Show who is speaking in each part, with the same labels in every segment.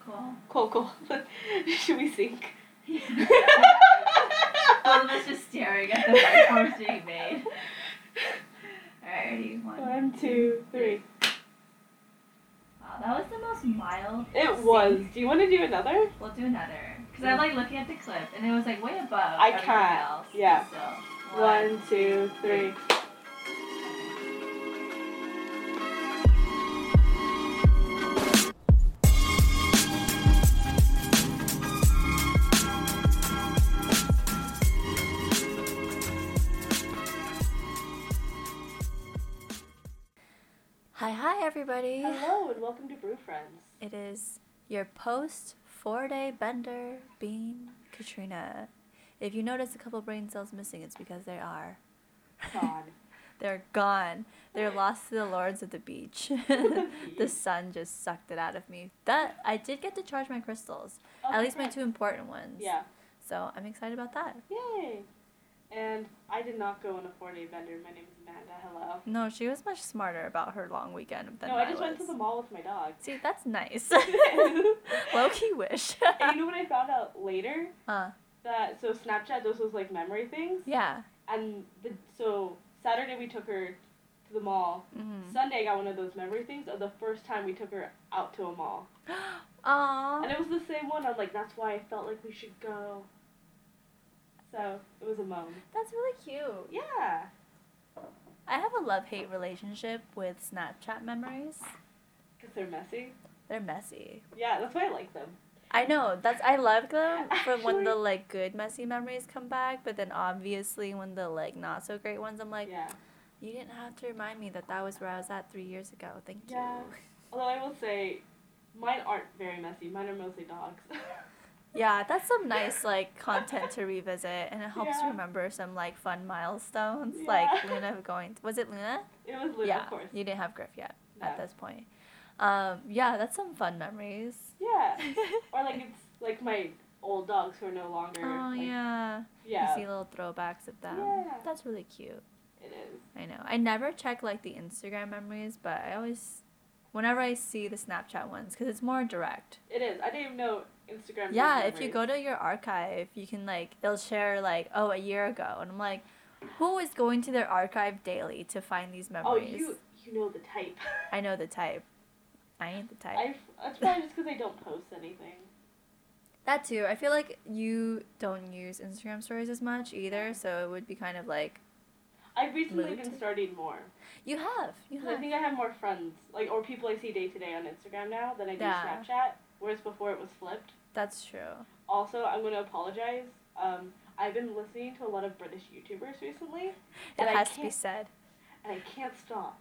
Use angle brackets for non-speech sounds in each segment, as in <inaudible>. Speaker 1: Cool. <laughs>
Speaker 2: Cool, cool. <laughs> Should we sync?
Speaker 1: One of us Oh, just staring at the whiteboards being made. Alright, ready? One.
Speaker 2: One, two, three.
Speaker 1: Wow, that was the most mild.
Speaker 2: It
Speaker 1: sync.
Speaker 2: was. Do you want to do another?
Speaker 1: We'll do another. Because I like looking at the clip and it was like way above.
Speaker 2: I
Speaker 1: everything
Speaker 2: can't.
Speaker 1: Else.
Speaker 2: Yeah.
Speaker 1: So,
Speaker 2: One, two, three.
Speaker 3: Hi, hi, everybody.
Speaker 2: Hello and welcome to Brew Friends.
Speaker 3: It is your post four day bender, Bean Katrina. If you notice a couple brain cells missing, it's because they are.
Speaker 2: God.
Speaker 3: They're gone. They're lost to the lords of the beach. <laughs> the sun just sucked it out of me. That I did get to charge my crystals.
Speaker 2: Oh,
Speaker 3: At least my
Speaker 2: crap.
Speaker 3: two important ones.
Speaker 2: Yeah.
Speaker 3: So I'm excited about that.
Speaker 2: Yay. And I did not go on a four-day bender. My name is Amanda. Hello.
Speaker 3: No, she was much smarter about her long weekend than
Speaker 2: no,
Speaker 3: I,
Speaker 2: I just
Speaker 3: was.
Speaker 2: went to the mall with my dog.
Speaker 3: <laughs>
Speaker 2: <laughs>
Speaker 3: See, that's nice.
Speaker 2: and
Speaker 3: Low key wish. <laughs>
Speaker 2: you know what I found out later?
Speaker 3: uh,
Speaker 2: That so Snapchat those was like memory things.
Speaker 3: yeah.
Speaker 2: And the, so Saturday we took her to the mall.
Speaker 3: Mm-hmm.
Speaker 2: Sunday I got one of those memory things of the first time we took her out to a mall.
Speaker 3: Aww.
Speaker 2: And it was the same one. I'm like, that's why I felt like we should go. So it was a moan.
Speaker 3: That's really cute.
Speaker 2: Yeah.
Speaker 3: I have a love hate relationship with Snapchat memories.
Speaker 2: Because they're messy.
Speaker 3: They're messy.
Speaker 2: Yeah, that's why I like them.
Speaker 3: I know. That's I love
Speaker 2: <laughs>
Speaker 3: them for when the
Speaker 2: Actually-
Speaker 3: like good messy memories come back, but then obviously when the like not so great ones, I'm like,
Speaker 2: yeah.
Speaker 3: you didn't have to remind me that that was where I was at three years ago. Thank
Speaker 2: Yeah. Although I will say, mine aren't very messy. Mine are mostly dogs. <laughs>
Speaker 3: you. Yeah, that's some nice like content to revisit, and it helps
Speaker 2: Yeah.
Speaker 3: remember some like fun milestones,
Speaker 2: Yeah.
Speaker 3: like Luna going. Was it Luna?
Speaker 2: it was Luna,
Speaker 3: yeah,
Speaker 2: of course.
Speaker 3: you didn't have Griff yet at
Speaker 2: No.
Speaker 3: this point. Um, yeah, that's some fun memories.
Speaker 2: <laughs> Yeah. Or like it's like my old dogs who are no longer.
Speaker 3: Oh
Speaker 2: like,
Speaker 3: yeah.
Speaker 2: Yeah.
Speaker 3: You see little throwbacks of them.
Speaker 2: Yeah.
Speaker 3: That's really cute.
Speaker 2: It is.
Speaker 3: I know. I never check like the Instagram memories, but I always, whenever I see the Snapchat ones, because it's more direct.
Speaker 2: It is. I didn't even know Instagram. was
Speaker 3: yeah, if you
Speaker 2: memories.
Speaker 3: go to your archive, you can like they'll share like oh a year ago, and I'm like, who is going to their archive daily to find these
Speaker 2: Oh,
Speaker 3: memories?
Speaker 2: you you know the type.
Speaker 3: I know the type. I ain't the type.
Speaker 2: I. That's probably just because I don't post anything.
Speaker 3: That too. I feel like you don't use Instagram stories as much either, so it would be kind of like
Speaker 2: I've recently
Speaker 3: Moved.
Speaker 2: been starting more.
Speaker 3: you have, you
Speaker 2: 'Cause I
Speaker 3: have.
Speaker 2: think I have more friends, like or people I see day to day on Instagram now than I do
Speaker 3: Yeah.
Speaker 2: Snapchat. Whereas before it was flipped.
Speaker 3: That's true.
Speaker 2: Also, I'm going to apologize. Um, I've been listening to a lot of British YouTubers recently,
Speaker 3: It
Speaker 2: and I
Speaker 3: has to be
Speaker 2: can't
Speaker 3: said.
Speaker 2: and I can't stop.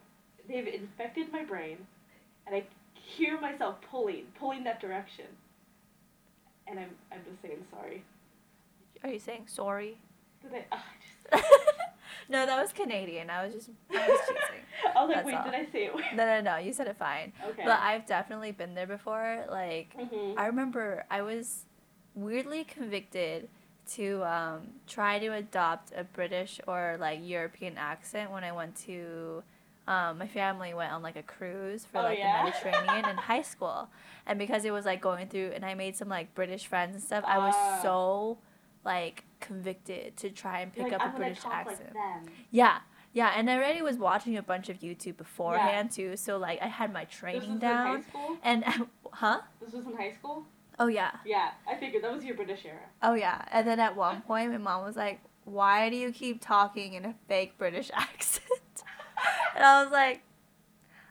Speaker 2: They've infected my brain, and I hear myself pulling, pulling that direction. And I'm, I'm just saying sorry.
Speaker 3: Are you saying sorry?
Speaker 2: Did I? <laughs> ah,
Speaker 3: <laughs> no, that was Canadian. I was just I
Speaker 2: I
Speaker 3: was
Speaker 2: just. <laughs>
Speaker 3: cheesing.
Speaker 2: I was like,
Speaker 3: That's
Speaker 2: wait,
Speaker 3: all.
Speaker 2: did I say it? <laughs> weird?
Speaker 3: No, no, no. You said it fine.
Speaker 2: Okay.
Speaker 3: But I've definitely been there before. Like
Speaker 2: Mhm.
Speaker 3: I remember I was weirdly convicted to um, try to adopt a British or like European accent when I went to. Um, my family went on like a cruise for
Speaker 2: Oh,
Speaker 3: like
Speaker 2: yeah?
Speaker 3: the Mediterranean in high school, and because it was like going through, and I made some like British friends and stuff. I was
Speaker 2: Ah.
Speaker 3: so like convicted to try and
Speaker 2: You're
Speaker 3: pick
Speaker 2: like,
Speaker 3: up
Speaker 2: I'm
Speaker 3: a
Speaker 2: gonna
Speaker 3: British
Speaker 2: talk
Speaker 3: accent.
Speaker 2: Like them.
Speaker 3: Yeah, yeah, and I already was watching a bunch of YouTube beforehand too, so like I had my
Speaker 2: This
Speaker 3: training
Speaker 2: was in high
Speaker 3: down.
Speaker 2: school.
Speaker 3: And <laughs> huh?
Speaker 2: This was in high school.
Speaker 3: Oh yeah.
Speaker 2: Yeah, I figured that was your British era.
Speaker 3: Oh yeah. And then at one point, my mom was like, "Why do you keep talking in a fake British <laughs> accent?" and I was like,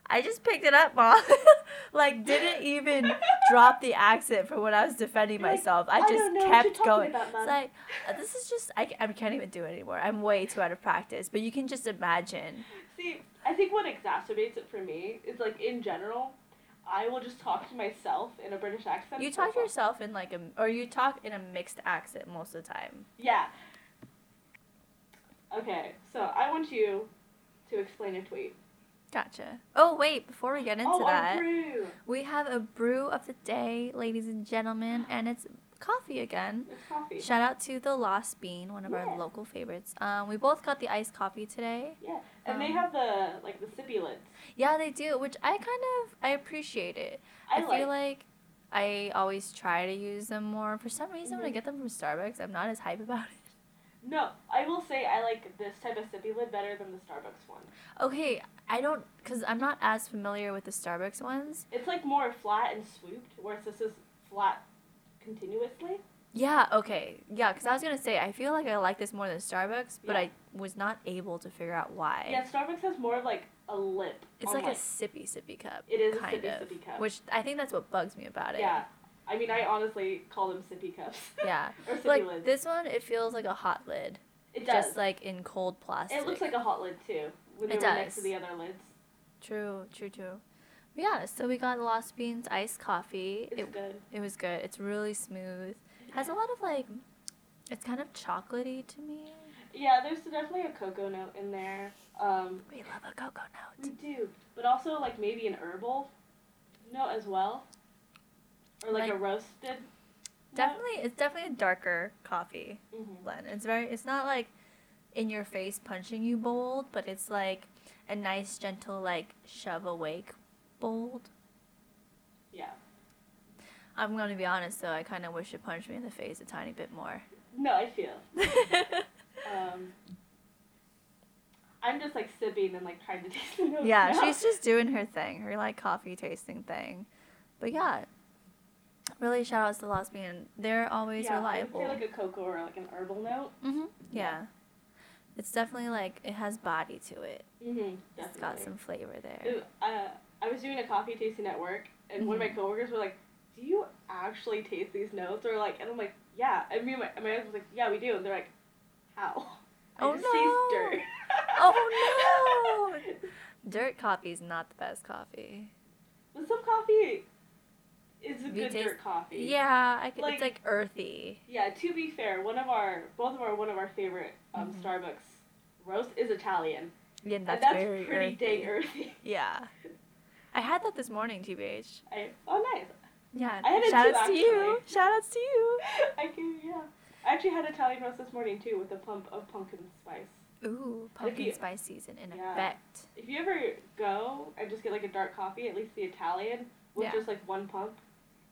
Speaker 3: "I just picked it up, mom. <laughs> like, didn't even drop the accent for when I was defending
Speaker 2: You're like,
Speaker 3: myself. I
Speaker 2: I
Speaker 3: just
Speaker 2: don't know what you're
Speaker 3: kept
Speaker 2: talking
Speaker 3: going.
Speaker 2: about, Mom.
Speaker 3: It's like uh, this is just I, I can't even do it anymore. I'm way too out of practice. But you can just imagine.
Speaker 2: See, I think what exacerbates it for me is like in general, I will just talk to myself in a British accent.
Speaker 3: You
Speaker 2: for
Speaker 3: talk to
Speaker 2: fun.
Speaker 3: yourself in like a or you talk in a mixed accent most of the time.
Speaker 2: Yeah. Okay, so I want you to explain a tweet.
Speaker 3: Gotcha. Oh wait, before we get into
Speaker 2: oh,
Speaker 3: that.
Speaker 2: our brew.
Speaker 3: We have a brew of the day, ladies and gentlemen, and it's coffee again.
Speaker 2: It's coffee.
Speaker 3: Shout out to the Lost Bean, one of
Speaker 2: Yeah.
Speaker 3: our local favorites. Um, we both got the iced coffee today.
Speaker 2: yeah, and they
Speaker 3: um,
Speaker 2: have the like the sippy lids.
Speaker 3: Yeah, they do, which I kind of I appreciate it.
Speaker 2: I,
Speaker 3: feel
Speaker 2: like.
Speaker 3: like I always try to use them more. For some reason,
Speaker 2: Mm-hmm.
Speaker 3: when I get them from Starbucks, I'm not as hype about it. <laughs>
Speaker 2: No, I will say I like this type of sippy lid better than the Starbucks one.
Speaker 3: Okay, I don't, because I'm not as familiar with the Starbucks ones.
Speaker 2: It's like more flat and swooped, whereas this is flat continuously.
Speaker 3: Yeah, okay. Yeah, because I was going to say, I feel like I like this more than Starbucks, but
Speaker 2: Yeah.
Speaker 3: I was not able to figure out why.
Speaker 2: Yeah, Starbucks has more of like a lip.
Speaker 3: It's
Speaker 2: on,
Speaker 3: like a sippy, sippy cup.
Speaker 2: It is a
Speaker 3: kind
Speaker 2: sippy
Speaker 3: of,
Speaker 2: sippy cup.
Speaker 3: Which I think that's what bugs me about it.
Speaker 2: yeah. I mean, I honestly call them sippy cups. <laughs>
Speaker 3: Yeah.
Speaker 2: or sippy
Speaker 3: like
Speaker 2: lids.
Speaker 3: this one, it feels like a hot lid.
Speaker 2: it does.
Speaker 3: Just like in cold plastic.
Speaker 2: it looks like a hot lid too. When
Speaker 3: It
Speaker 2: they were next to
Speaker 3: does.
Speaker 2: the other lids.
Speaker 3: True, true, true. But yeah, so we got Lost Beans iced coffee.
Speaker 2: It's
Speaker 3: it,
Speaker 2: good.
Speaker 3: it was good. It's really smooth. Has a lot of like, it's kind of chocolatey to me.
Speaker 2: Yeah, there's definitely a cocoa note in there. Um,
Speaker 3: We love a cocoa
Speaker 2: we
Speaker 3: note.
Speaker 2: do, but also like maybe an herbal note as well, or like, a
Speaker 3: Like-
Speaker 2: roasted.
Speaker 3: Definitely, it's definitely a darker coffee
Speaker 2: hmm
Speaker 3: blend. It's very, it's not like in your face punching you bold, but it's like a nice, gentle, like shove awake bold.
Speaker 2: Yeah.
Speaker 3: I'm gonna be honest though, I kind of wish it punched me in the face a tiny bit more. <laughs>
Speaker 2: No, I feel. Um, I'm just like sipping and like trying to <laughs> taste the notes.
Speaker 3: yeah,
Speaker 2: now.
Speaker 3: she's just doing her thing, her like coffee tasting thing. But yeah, really shout outs to Lost Bean. They're always
Speaker 2: yeah,
Speaker 3: reliable.
Speaker 2: I would say like a cocoa or like an herbal note.
Speaker 3: hmm
Speaker 2: Yeah.
Speaker 3: Yeah. It's definitely like it has body to it.
Speaker 2: Mm-hmm.
Speaker 3: It's got some flavor there.
Speaker 2: It- uh, I was doing a coffee tasting at work, and one of my
Speaker 3: Mm-hmm.
Speaker 2: coworkers were like, "Do you actually taste these notes?" Or like, and I'm like, "Yeah." And me and my, and my husband was like, "Yeah, we do." And they're like, "How?" I
Speaker 3: Oh, no.
Speaker 2: just taste dirt.
Speaker 3: <laughs> Oh, Dirt coffee is not the best coffee.
Speaker 2: but some coffee is a
Speaker 3: You
Speaker 2: good
Speaker 3: taste-
Speaker 2: dirt coffee.
Speaker 3: Yeah, I could,
Speaker 2: Like-
Speaker 3: it's like earthy.
Speaker 2: Yeah. To be fair, one of our both of our one of our favorite um,
Speaker 3: Mhm.
Speaker 2: Starbucks roast is Italian,
Speaker 3: Yeah,
Speaker 2: and
Speaker 3: that's,
Speaker 2: that's
Speaker 3: very
Speaker 2: pretty
Speaker 3: earthy.
Speaker 2: dang earthy. <laughs>
Speaker 3: Yeah. I had that this morning, TBH.
Speaker 2: I, oh, nice. <laughs>
Speaker 3: Yeah.
Speaker 2: I had it
Speaker 3: Shout
Speaker 2: too,
Speaker 3: outs to you.
Speaker 2: actually.
Speaker 3: Shout outs to you.
Speaker 2: I can yeah. I actually had Italian roast this morning too with a pump of pumpkin spice.
Speaker 3: Ooh, pumpkin
Speaker 2: you-
Speaker 3: spice season in
Speaker 2: Yeah.
Speaker 3: effect.
Speaker 2: If you ever go and just get like a dark coffee, at least the Italian, with
Speaker 3: Yeah.
Speaker 2: just like one pump,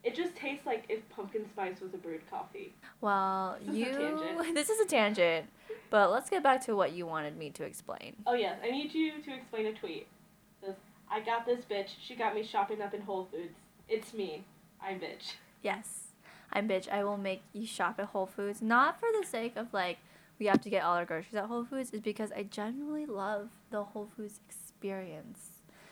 Speaker 2: it just tastes like if pumpkin spice was a brewed coffee.
Speaker 3: Well,
Speaker 2: This is a
Speaker 3: you. <laughs>
Speaker 2: tangent.
Speaker 3: this is a tangent, but let's get back to what you wanted me to explain.
Speaker 2: Oh yes, I need you to explain a tweet. It says, I got this bitch. She got me shopping up in Whole Foods. It's me. I'm bitch.
Speaker 3: Yes, I'm bitch. I will make you shop at Whole Foods, not for the sake of like we have to get all our groceries at Whole Foods, is because I genuinely love the Whole Foods experience.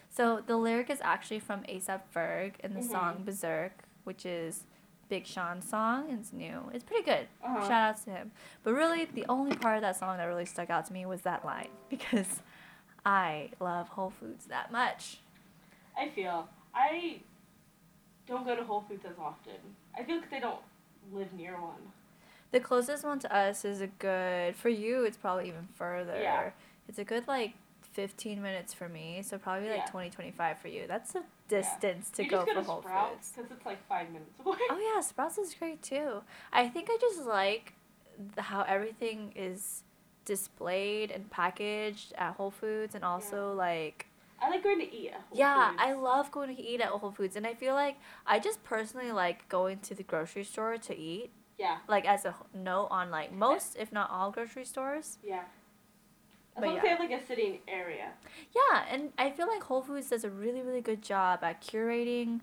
Speaker 3: So the lyric is actually from ASAP Ferg and the
Speaker 2: Mhm.
Speaker 3: song Berserk, which is Big Sean's song. It's new. It's pretty good.
Speaker 2: Uh-huh.
Speaker 3: Shout outs to him. But really, the only part of that song that really stuck out to me was that line <laughs> because I love Whole Foods that much.
Speaker 2: I feel I don't go to Whole Foods as often. I feel 'cause I don't live near one.
Speaker 3: The closest one to us is a good, for you, it's probably even further.
Speaker 2: Yeah.
Speaker 3: It's a good like 15 minutes for me, so probably like
Speaker 2: Yeah.
Speaker 3: twenty twenty five for you. That's a distance to
Speaker 2: you
Speaker 3: go
Speaker 2: just go
Speaker 3: for
Speaker 2: to
Speaker 3: Whole
Speaker 2: Sprouts
Speaker 3: Foods.
Speaker 2: 'cause it's like five minutes away.
Speaker 3: Oh yeah, Sprouts is great too. I think I just like the, how everything is displayed and packaged at Whole Foods and also like
Speaker 2: <laughs> I like going to eat at Whole
Speaker 3: yeah,
Speaker 2: Foods.
Speaker 3: I love going to eat at Whole Foods and I feel like I just personally like going to the grocery store to eat
Speaker 2: Yeah,
Speaker 3: like as a wh- note on like most if not all grocery stores.
Speaker 2: yeah. As
Speaker 3: But
Speaker 2: long as
Speaker 3: yeah.
Speaker 2: they have like a sitting area.
Speaker 3: Yeah, and I feel like Whole Foods does a really really good job at curating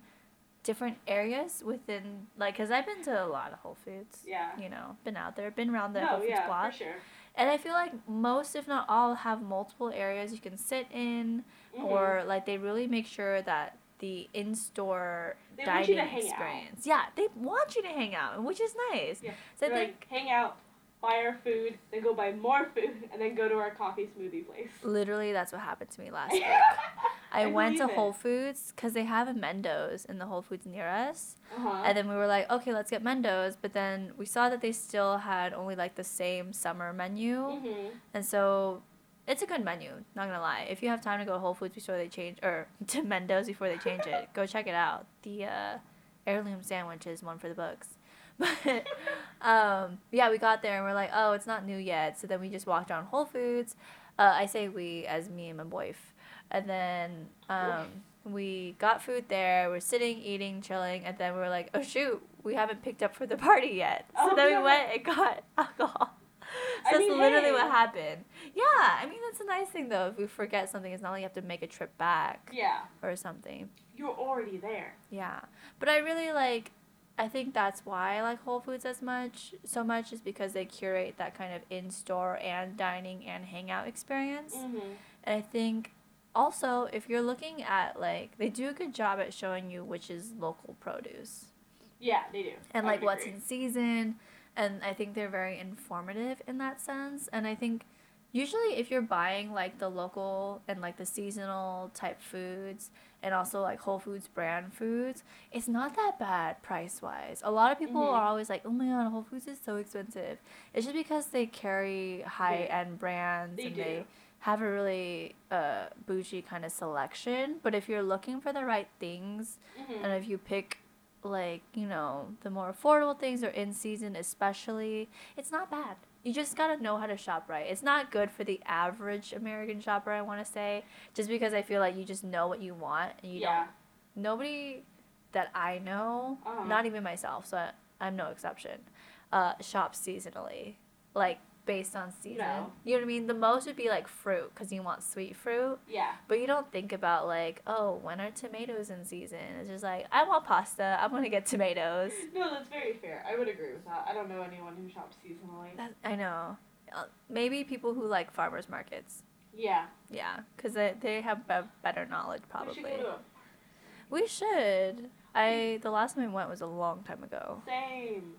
Speaker 3: different areas within like cuz I've been to a lot of Whole Foods.
Speaker 2: Yeah.
Speaker 3: You know, been out there, been around the
Speaker 2: no,
Speaker 3: Whole Foods
Speaker 2: yeah,
Speaker 3: block.
Speaker 2: for sure.
Speaker 3: And I feel like most, if not all, have multiple areas you can sit in,
Speaker 2: Mhm.
Speaker 3: or like they really make sure that the in store
Speaker 2: They want you
Speaker 3: dining
Speaker 2: to hang out.
Speaker 3: experience. Yeah, they want you to hang out, which is nice.
Speaker 2: Yeah.
Speaker 3: So I
Speaker 2: They're
Speaker 3: think
Speaker 2: like, hang out, buy our food, then go buy more <laughs> food, and then go to our coffee smoothie place.
Speaker 3: literally that's what happened to me last
Speaker 2: <laughs>
Speaker 3: week.
Speaker 2: uh-huh.
Speaker 3: I,
Speaker 2: I
Speaker 3: went to
Speaker 2: believe it.
Speaker 3: Whole Foods because they have a Mendo's in the Whole Foods near us,
Speaker 2: Uh-huh.
Speaker 3: and then we were like, okay, let's get Mendo's, but then we saw that they still had only like the same summer menu.
Speaker 2: hmm
Speaker 3: And so it's a good menu, not gonna lie. If you have time to go to Whole Foods before they change or <laughs> to Mendo's before they change it, go check it out. The uh, heirloom sandwich is one for the books. <laughs> But um, yeah, we got there and we're like, oh, it's not new yet. So then we just walked around Whole Foods. Uh, I say we as me and my boyf. And then um, we got food there. We're sitting, eating, chilling, and then we were like, oh shoot, we haven't picked up for the party yet. So
Speaker 2: Oh,
Speaker 3: then
Speaker 2: yeah.
Speaker 3: we went and got <laughs> alcohol.
Speaker 2: I
Speaker 3: So that's
Speaker 2: mean,
Speaker 3: literally
Speaker 2: hey.
Speaker 3: what happened. Yeah, I mean that's a nice thing though. If we forget something, it's not like you have to make a trip back
Speaker 2: Yeah.
Speaker 3: or something.
Speaker 2: You're already there.
Speaker 3: Yeah, but I really like. I think that's why I like Whole Foods as much, so much, is because they curate that kind of in store and dining and hangout experience.
Speaker 2: Mm-hmm.
Speaker 3: And I think also if you're looking at like they do a good job at showing you which is local produce
Speaker 2: Yeah, they do.
Speaker 3: and
Speaker 2: I
Speaker 3: like
Speaker 2: would
Speaker 3: what's
Speaker 2: agree.
Speaker 3: in season and i think they're very informative in that sense and i think usually if you're buying like the local and like the seasonal type foods and also like whole foods brand foods it's not that bad price wise a lot of people
Speaker 2: Mhm.
Speaker 3: are always like oh my god whole foods is so expensive it's just because they carry high end brands
Speaker 2: They
Speaker 3: and
Speaker 2: do.
Speaker 3: they have a really uh, bougie kind of selection but if you're looking for the right things
Speaker 2: Mhm.
Speaker 3: and if you pick like, you know, the more affordable things or in season especially, it's not bad. You just gotta know how to shop right. It's not good for the average American shopper, I wanna say, just because I feel like you just know what you want and you
Speaker 2: yeah.
Speaker 3: don't. Nobody that I know,
Speaker 2: Uh-huh.
Speaker 3: not even myself, so I, I'm no exception, uh, shops seasonally. Like, based on season.
Speaker 2: No.
Speaker 3: You know what I mean? The most would be like fruit, because you want sweet fruit.
Speaker 2: Yeah.
Speaker 3: But you don't think about like, oh, when are tomatoes in season? It's just like I want pasta. I'm gonna get tomatoes.
Speaker 2: No, that's very fair. I would agree with that. I don't know anyone who shops seasonally.
Speaker 3: That, I know. Uh, Maybe people who like farmers markets.
Speaker 2: Yeah.
Speaker 3: Yeah, because they, they have be- better knowledge
Speaker 2: We
Speaker 3: probably.
Speaker 2: should go to a
Speaker 3: We should. I the last time I went was a long time ago.
Speaker 2: same.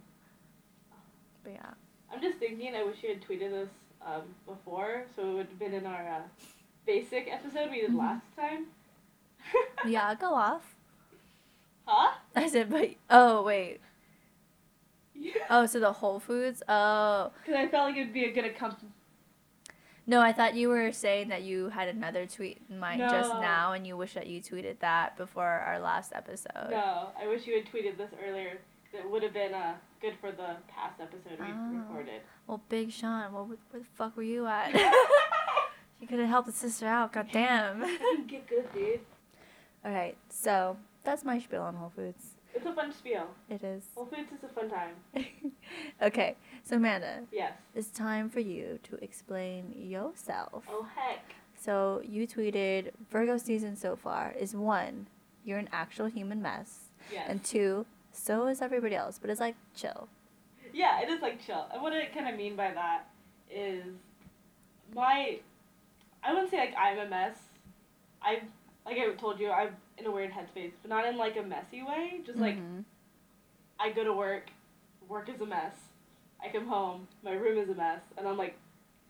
Speaker 3: But yeah.
Speaker 2: I'm just thinking, I wish you had tweeted us um, before, so it would have been in our uh, basic episode we did
Speaker 3: Mhm.
Speaker 2: last time. <laughs>
Speaker 3: Yeah, go off. <laughs>
Speaker 2: Huh?
Speaker 3: I said, but oh wait.
Speaker 2: Because
Speaker 3: Oh, so the Whole Foods. Oh
Speaker 2: Uh, I felt like it would be a good accompaniment.
Speaker 3: no, I thought you were saying that you had another tweet in mind just
Speaker 2: No.
Speaker 3: now, and you wish that you tweeted that before our last episode.
Speaker 2: No, I wish you had tweeted this earlier. That would have been uh, good for the past episode we
Speaker 3: Oh.
Speaker 2: recorded.
Speaker 3: Well, Big Sean, what, where the fuck were you at? <laughs> you could have helped his sister out, goddamn.
Speaker 2: Get good, dude.
Speaker 3: <laughs> Alright, so that's my spiel on Whole Foods.
Speaker 2: It's a fun spiel.
Speaker 3: It is. <laughs>
Speaker 2: Whole Foods is a fun time.
Speaker 3: okay, so Amanda,
Speaker 2: Yes.
Speaker 3: it's time for you to explain yourself.
Speaker 2: Oh, heck.
Speaker 3: So you tweeted Virgo season so far is one, you're an actual human mess,
Speaker 2: Yes.
Speaker 3: and two, so is everybody else, but it's like chill.
Speaker 2: Yeah, it is like chill. And what I kind of mean by that is my, I wouldn't say like I'm a mess. I've, like I told you, I'm in a weird headspace, but not in like a messy way. Just like
Speaker 3: Mhm.
Speaker 2: I go to work, work is a mess. I come home, my room is a mess, and I'm like,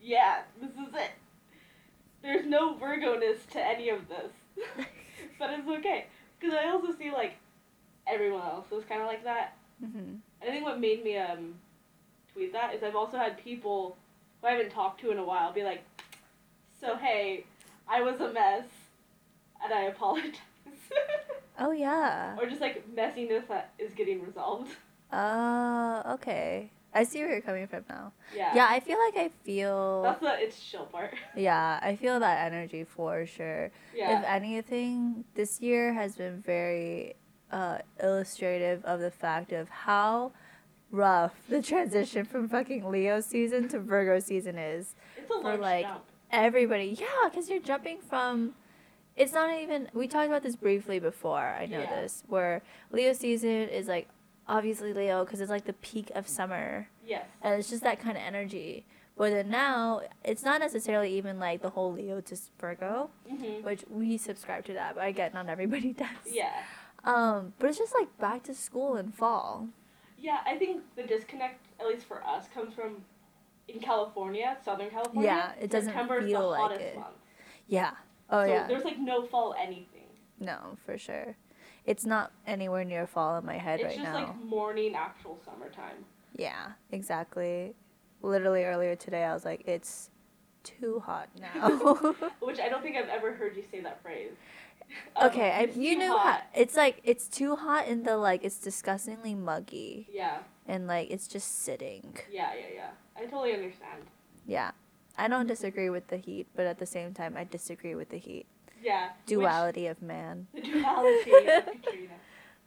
Speaker 2: yeah, this is it. There's no Virgo ness to any of this, <laughs> but it's okay. Because I also see like everyone else is kind of like that,
Speaker 3: Mhm.
Speaker 2: I think what made me um tweet that is I've also had people who I haven't talked to in a while be like, "So hey, I was a mess, and I apologize," <laughs>
Speaker 3: Oh yeah.
Speaker 2: or just like messiness that is getting resolved.
Speaker 3: Oh, okay. I see where you're coming from now.
Speaker 2: Yeah.
Speaker 3: Yeah, I feel like I feel.
Speaker 2: <laughs> That's the it's chill part.
Speaker 3: Yeah, I feel that energy for sure.
Speaker 2: yeah.
Speaker 3: If anything, this year has been very uh, illustrative of the fact of how rough the transition from fucking Leo season to Virgo season is.
Speaker 2: it's a large
Speaker 3: like-
Speaker 2: jump.
Speaker 3: Everybody, yeah, because you're jumping from. It's not even. We talked about this briefly before. I know
Speaker 2: Yeah.
Speaker 3: this, where Leo season is like obviously Leo because it's like the peak of summer
Speaker 2: Yes.
Speaker 3: and it's just that kind of energy. But then now, it's not necessarily even like the whole Leo to Virgo,
Speaker 2: Mm-hmm.
Speaker 3: which we subscribe to that, but I get not everybody <laughs> does.
Speaker 2: Yeah.
Speaker 3: Um, but it's just like back to school in fall.
Speaker 2: Yeah. I think the disconnect, at least for us, comes from in California, Southern California.
Speaker 3: Yeah, it doesn't
Speaker 2: September is
Speaker 3: feel
Speaker 2: the
Speaker 3: like
Speaker 2: hottest
Speaker 3: it.
Speaker 2: month.
Speaker 3: Yeah. Oh
Speaker 2: so
Speaker 3: yeah.
Speaker 2: There's like no fall anything.
Speaker 3: No, for sure. It's not anywhere near fall in my head
Speaker 2: it's
Speaker 3: right
Speaker 2: just
Speaker 3: now.
Speaker 2: like morning actual summertime.
Speaker 3: yeah, exactly. Literally earlier today, I was like, it's too hot
Speaker 2: <laughs>
Speaker 3: now. <laughs>
Speaker 2: Which I don't think I've ever heard you say that phrase. <laughs> Um,
Speaker 3: okay, I,
Speaker 2: it's
Speaker 3: you
Speaker 2: too
Speaker 3: knew how, it's like it's too hot in the like it's disgustingly muggy.
Speaker 2: Yeah,
Speaker 3: and like it's just sitting.
Speaker 2: yeah, yeah, yeah. I totally understand.
Speaker 3: Yeah. I don't disagree with the heat, but at the same time I disagree with the heat.
Speaker 2: yeah.
Speaker 3: duality of man,
Speaker 2: Which, the duality of Katrina.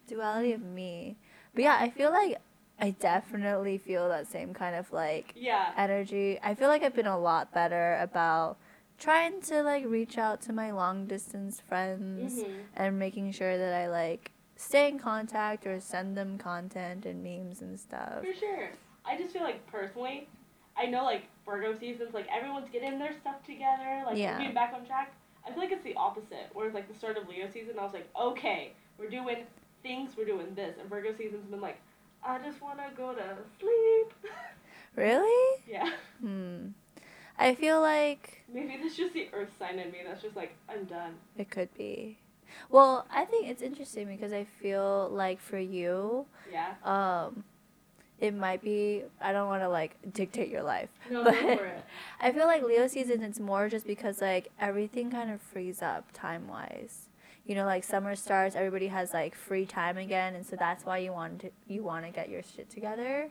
Speaker 3: duality of me. But yeah, I feel like I definitely feel that same kind of like <laughs>
Speaker 2: Yeah.
Speaker 3: energy. I feel like I've been a lot better about trying to like reach out to my long distance friends
Speaker 2: Mhm.
Speaker 3: and making sure that I like stay in contact or send them content and memes and
Speaker 2: <laughs>
Speaker 3: stuff.
Speaker 2: For sure. I just feel like personally, I know like Virgo seasons, like everyone's getting their stuff together, like
Speaker 3: Yeah.
Speaker 2: we're getting back on track. I feel like it's the opposite. Whereas like the start of Leo season, I was like, okay, we're doing things, we're doing this, and Virgo season's been like, I just wanna go to sleep. <laughs>
Speaker 3: Really?
Speaker 2: yeah.
Speaker 3: Hmm. I feel like
Speaker 2: Maybe that's just the Earth sign in me. That's just like I'm done.
Speaker 3: it could be. Well, I think it's interesting because I feel like for you,
Speaker 2: Yeah.
Speaker 3: um, it might be. I don't want to like dictate your life,
Speaker 2: No,
Speaker 3: But-
Speaker 2: go for it.
Speaker 3: I feel like Leo season it's more just because like everything kind of frees up time wise. You know, like summer starts, everybody has like free time again, and so that's why you want to you want to get your shit together.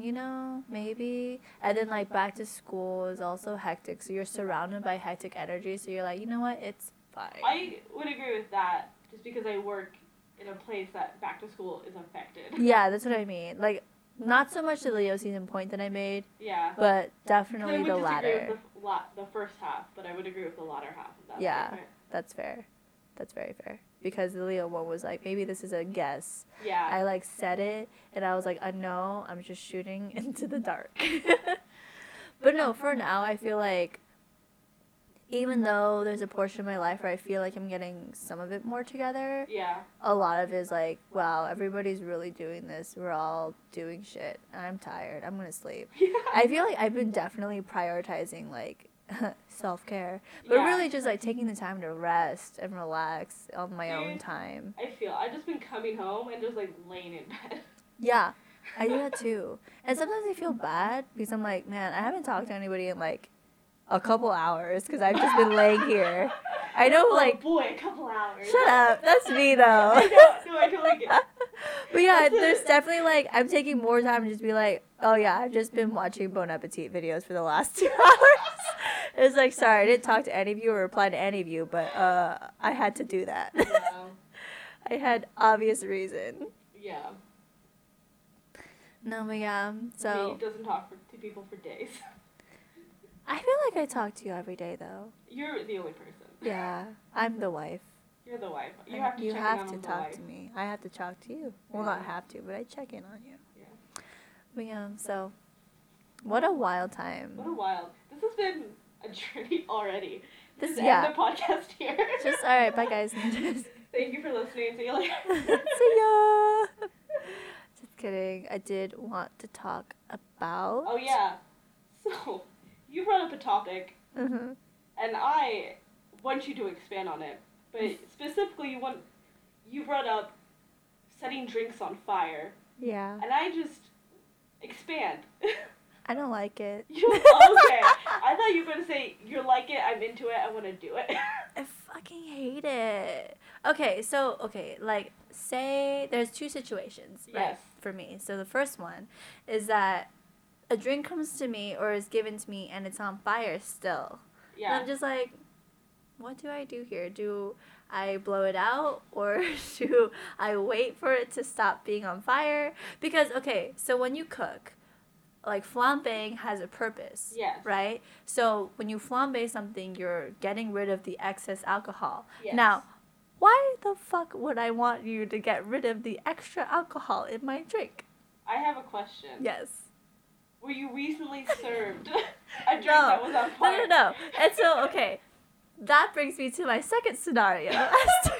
Speaker 3: You know, maybe, and then like back to school is also hectic, so you're surrounded by hectic energy. So you're like, you know what, it's fine.
Speaker 2: <laughs> I would agree with that, just because I work in a place that back to school is affected.
Speaker 3: yeah, that's what I mean. Like, not so much the Leo season point that I made,
Speaker 2: Yeah.
Speaker 3: but
Speaker 2: I
Speaker 3: definitely
Speaker 2: would
Speaker 3: the
Speaker 2: Uh-huh. disagree
Speaker 3: latter.
Speaker 2: With the, f- la- the first half, but I would agree with the latter half. Of that
Speaker 3: Yeah.
Speaker 2: statement.
Speaker 3: That's fair. That's very fair because the Leo one was like maybe this is a guess.
Speaker 2: Yeah.
Speaker 3: I like said it and I was like, I know I'm just shooting <laughs> into the dark. but no, for now, I feel like even though there's a portion of my life where I feel like I'm getting some of it more together,
Speaker 2: yeah. <laughs>
Speaker 3: a lot of it is like, wow, everybody's really doing this. We're all doing shit. I'm tired. I'm going to sleep.
Speaker 2: Yeah.
Speaker 3: I feel like I've been definitely prioritizing like <laughs> self care, but
Speaker 2: Yeah.
Speaker 3: really just like taking the time to rest and relax on my own
Speaker 2: Dude.
Speaker 3: time.
Speaker 2: I feel I've just been coming home and just like laying in bed.
Speaker 3: Yeah, I do that too. And sometimes I feel bad because I'm like, man, I haven't talked to anybody in like a couple hours because I've just been laying here. I know,
Speaker 2: <laughs> Oh,
Speaker 3: like,
Speaker 2: boy, a couple hours.
Speaker 3: shut up. That's me
Speaker 2: <laughs> I
Speaker 3: though. <laughs>
Speaker 2: know, no, I totally get. It.
Speaker 3: But yeah,
Speaker 2: That's it.
Speaker 3: there's definitely like I'm taking more time to just be like, oh yeah, I've just been watching Bon Appetit videos for the last <laughs> two hours. it's like, sorry, I didn't talk to any of you or reply to any of you, but uh, I had to do that.
Speaker 2: Yeah.
Speaker 3: <laughs> I had obvious reason.
Speaker 2: yeah.
Speaker 3: No, but yeah.
Speaker 2: So
Speaker 3: So
Speaker 2: he doesn't talk for, to people for days. <laughs>
Speaker 3: I feel like I talk to you every day though.
Speaker 2: You're the only person.
Speaker 3: Yeah, I'm I'm the wife.
Speaker 2: You're the wife. You
Speaker 3: I-
Speaker 2: have to. check in on him the
Speaker 3: talk
Speaker 2: wife.
Speaker 3: to me. I have to talk to you. Well, not
Speaker 2: Yeah.
Speaker 3: have to, but I check in on you.
Speaker 2: Yeah.
Speaker 3: But yeah, so what a wild time.
Speaker 2: What a wild. This has been a journey <laughs> already.
Speaker 3: This-
Speaker 2: Just end
Speaker 3: yeah.
Speaker 2: the podcast here.
Speaker 3: <laughs> Just all right. Bye
Speaker 2: <laughs>
Speaker 3: guys. See
Speaker 2: Thank you for listening. See
Speaker 3: <laughs>
Speaker 2: you later.
Speaker 3: ya. Just kidding. I did want to talk about.
Speaker 2: Oh yeah. So you brought up a topic,
Speaker 3: hmm
Speaker 2: and I want you to expand on it. But specifically, you want you brought up setting drinks on fire,
Speaker 3: Yeah.
Speaker 2: and I just expand. <laughs>
Speaker 3: I don't like it.
Speaker 2: you
Speaker 3: <laughs>
Speaker 2: okay? I thought you were gonna say you're like it. I'm into it. I want to do it. <laughs>
Speaker 3: I fucking hate it. Okay, so okay, like say there's two situations, right?
Speaker 2: Yes.
Speaker 3: For me. So the first one is that a drink comes to me or is given to me and it's on fire still. And
Speaker 2: yeah.
Speaker 3: I'm just like, what do I do here? Do I blow it out or <laughs> do I wait for it to stop being on fire? Because okay, so when you cook, like flambéing has a purpose
Speaker 2: Yes.
Speaker 3: right? So when you flambe something, you're getting rid of the excess alcohol.
Speaker 2: Yes.
Speaker 3: Now, why the fuck would I want you to get rid of the extra alcohol in my drink?
Speaker 2: I have a question.
Speaker 3: Yes.
Speaker 2: Were
Speaker 3: <laughs>
Speaker 2: you recently served <laughs> a drink
Speaker 3: No.
Speaker 2: that was on
Speaker 3: No, no,
Speaker 2: fire?
Speaker 3: no. And so, okay, that brings me to my second scenario <laughs> as to,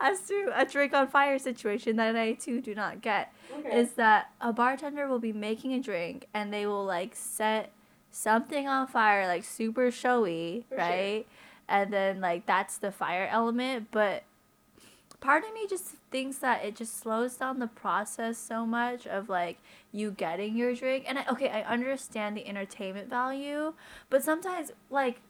Speaker 3: as to a drink on fire situation that I too do not get.
Speaker 2: Okay.
Speaker 3: is that a bartender will be making a drink and they will like set something on fire like super showy,
Speaker 2: For sure.
Speaker 3: right? And then like that's the fire element, but part of me just thinks that it just slows down the process so much of like you getting your drink. And I, okay, I understand the entertainment value, but sometimes like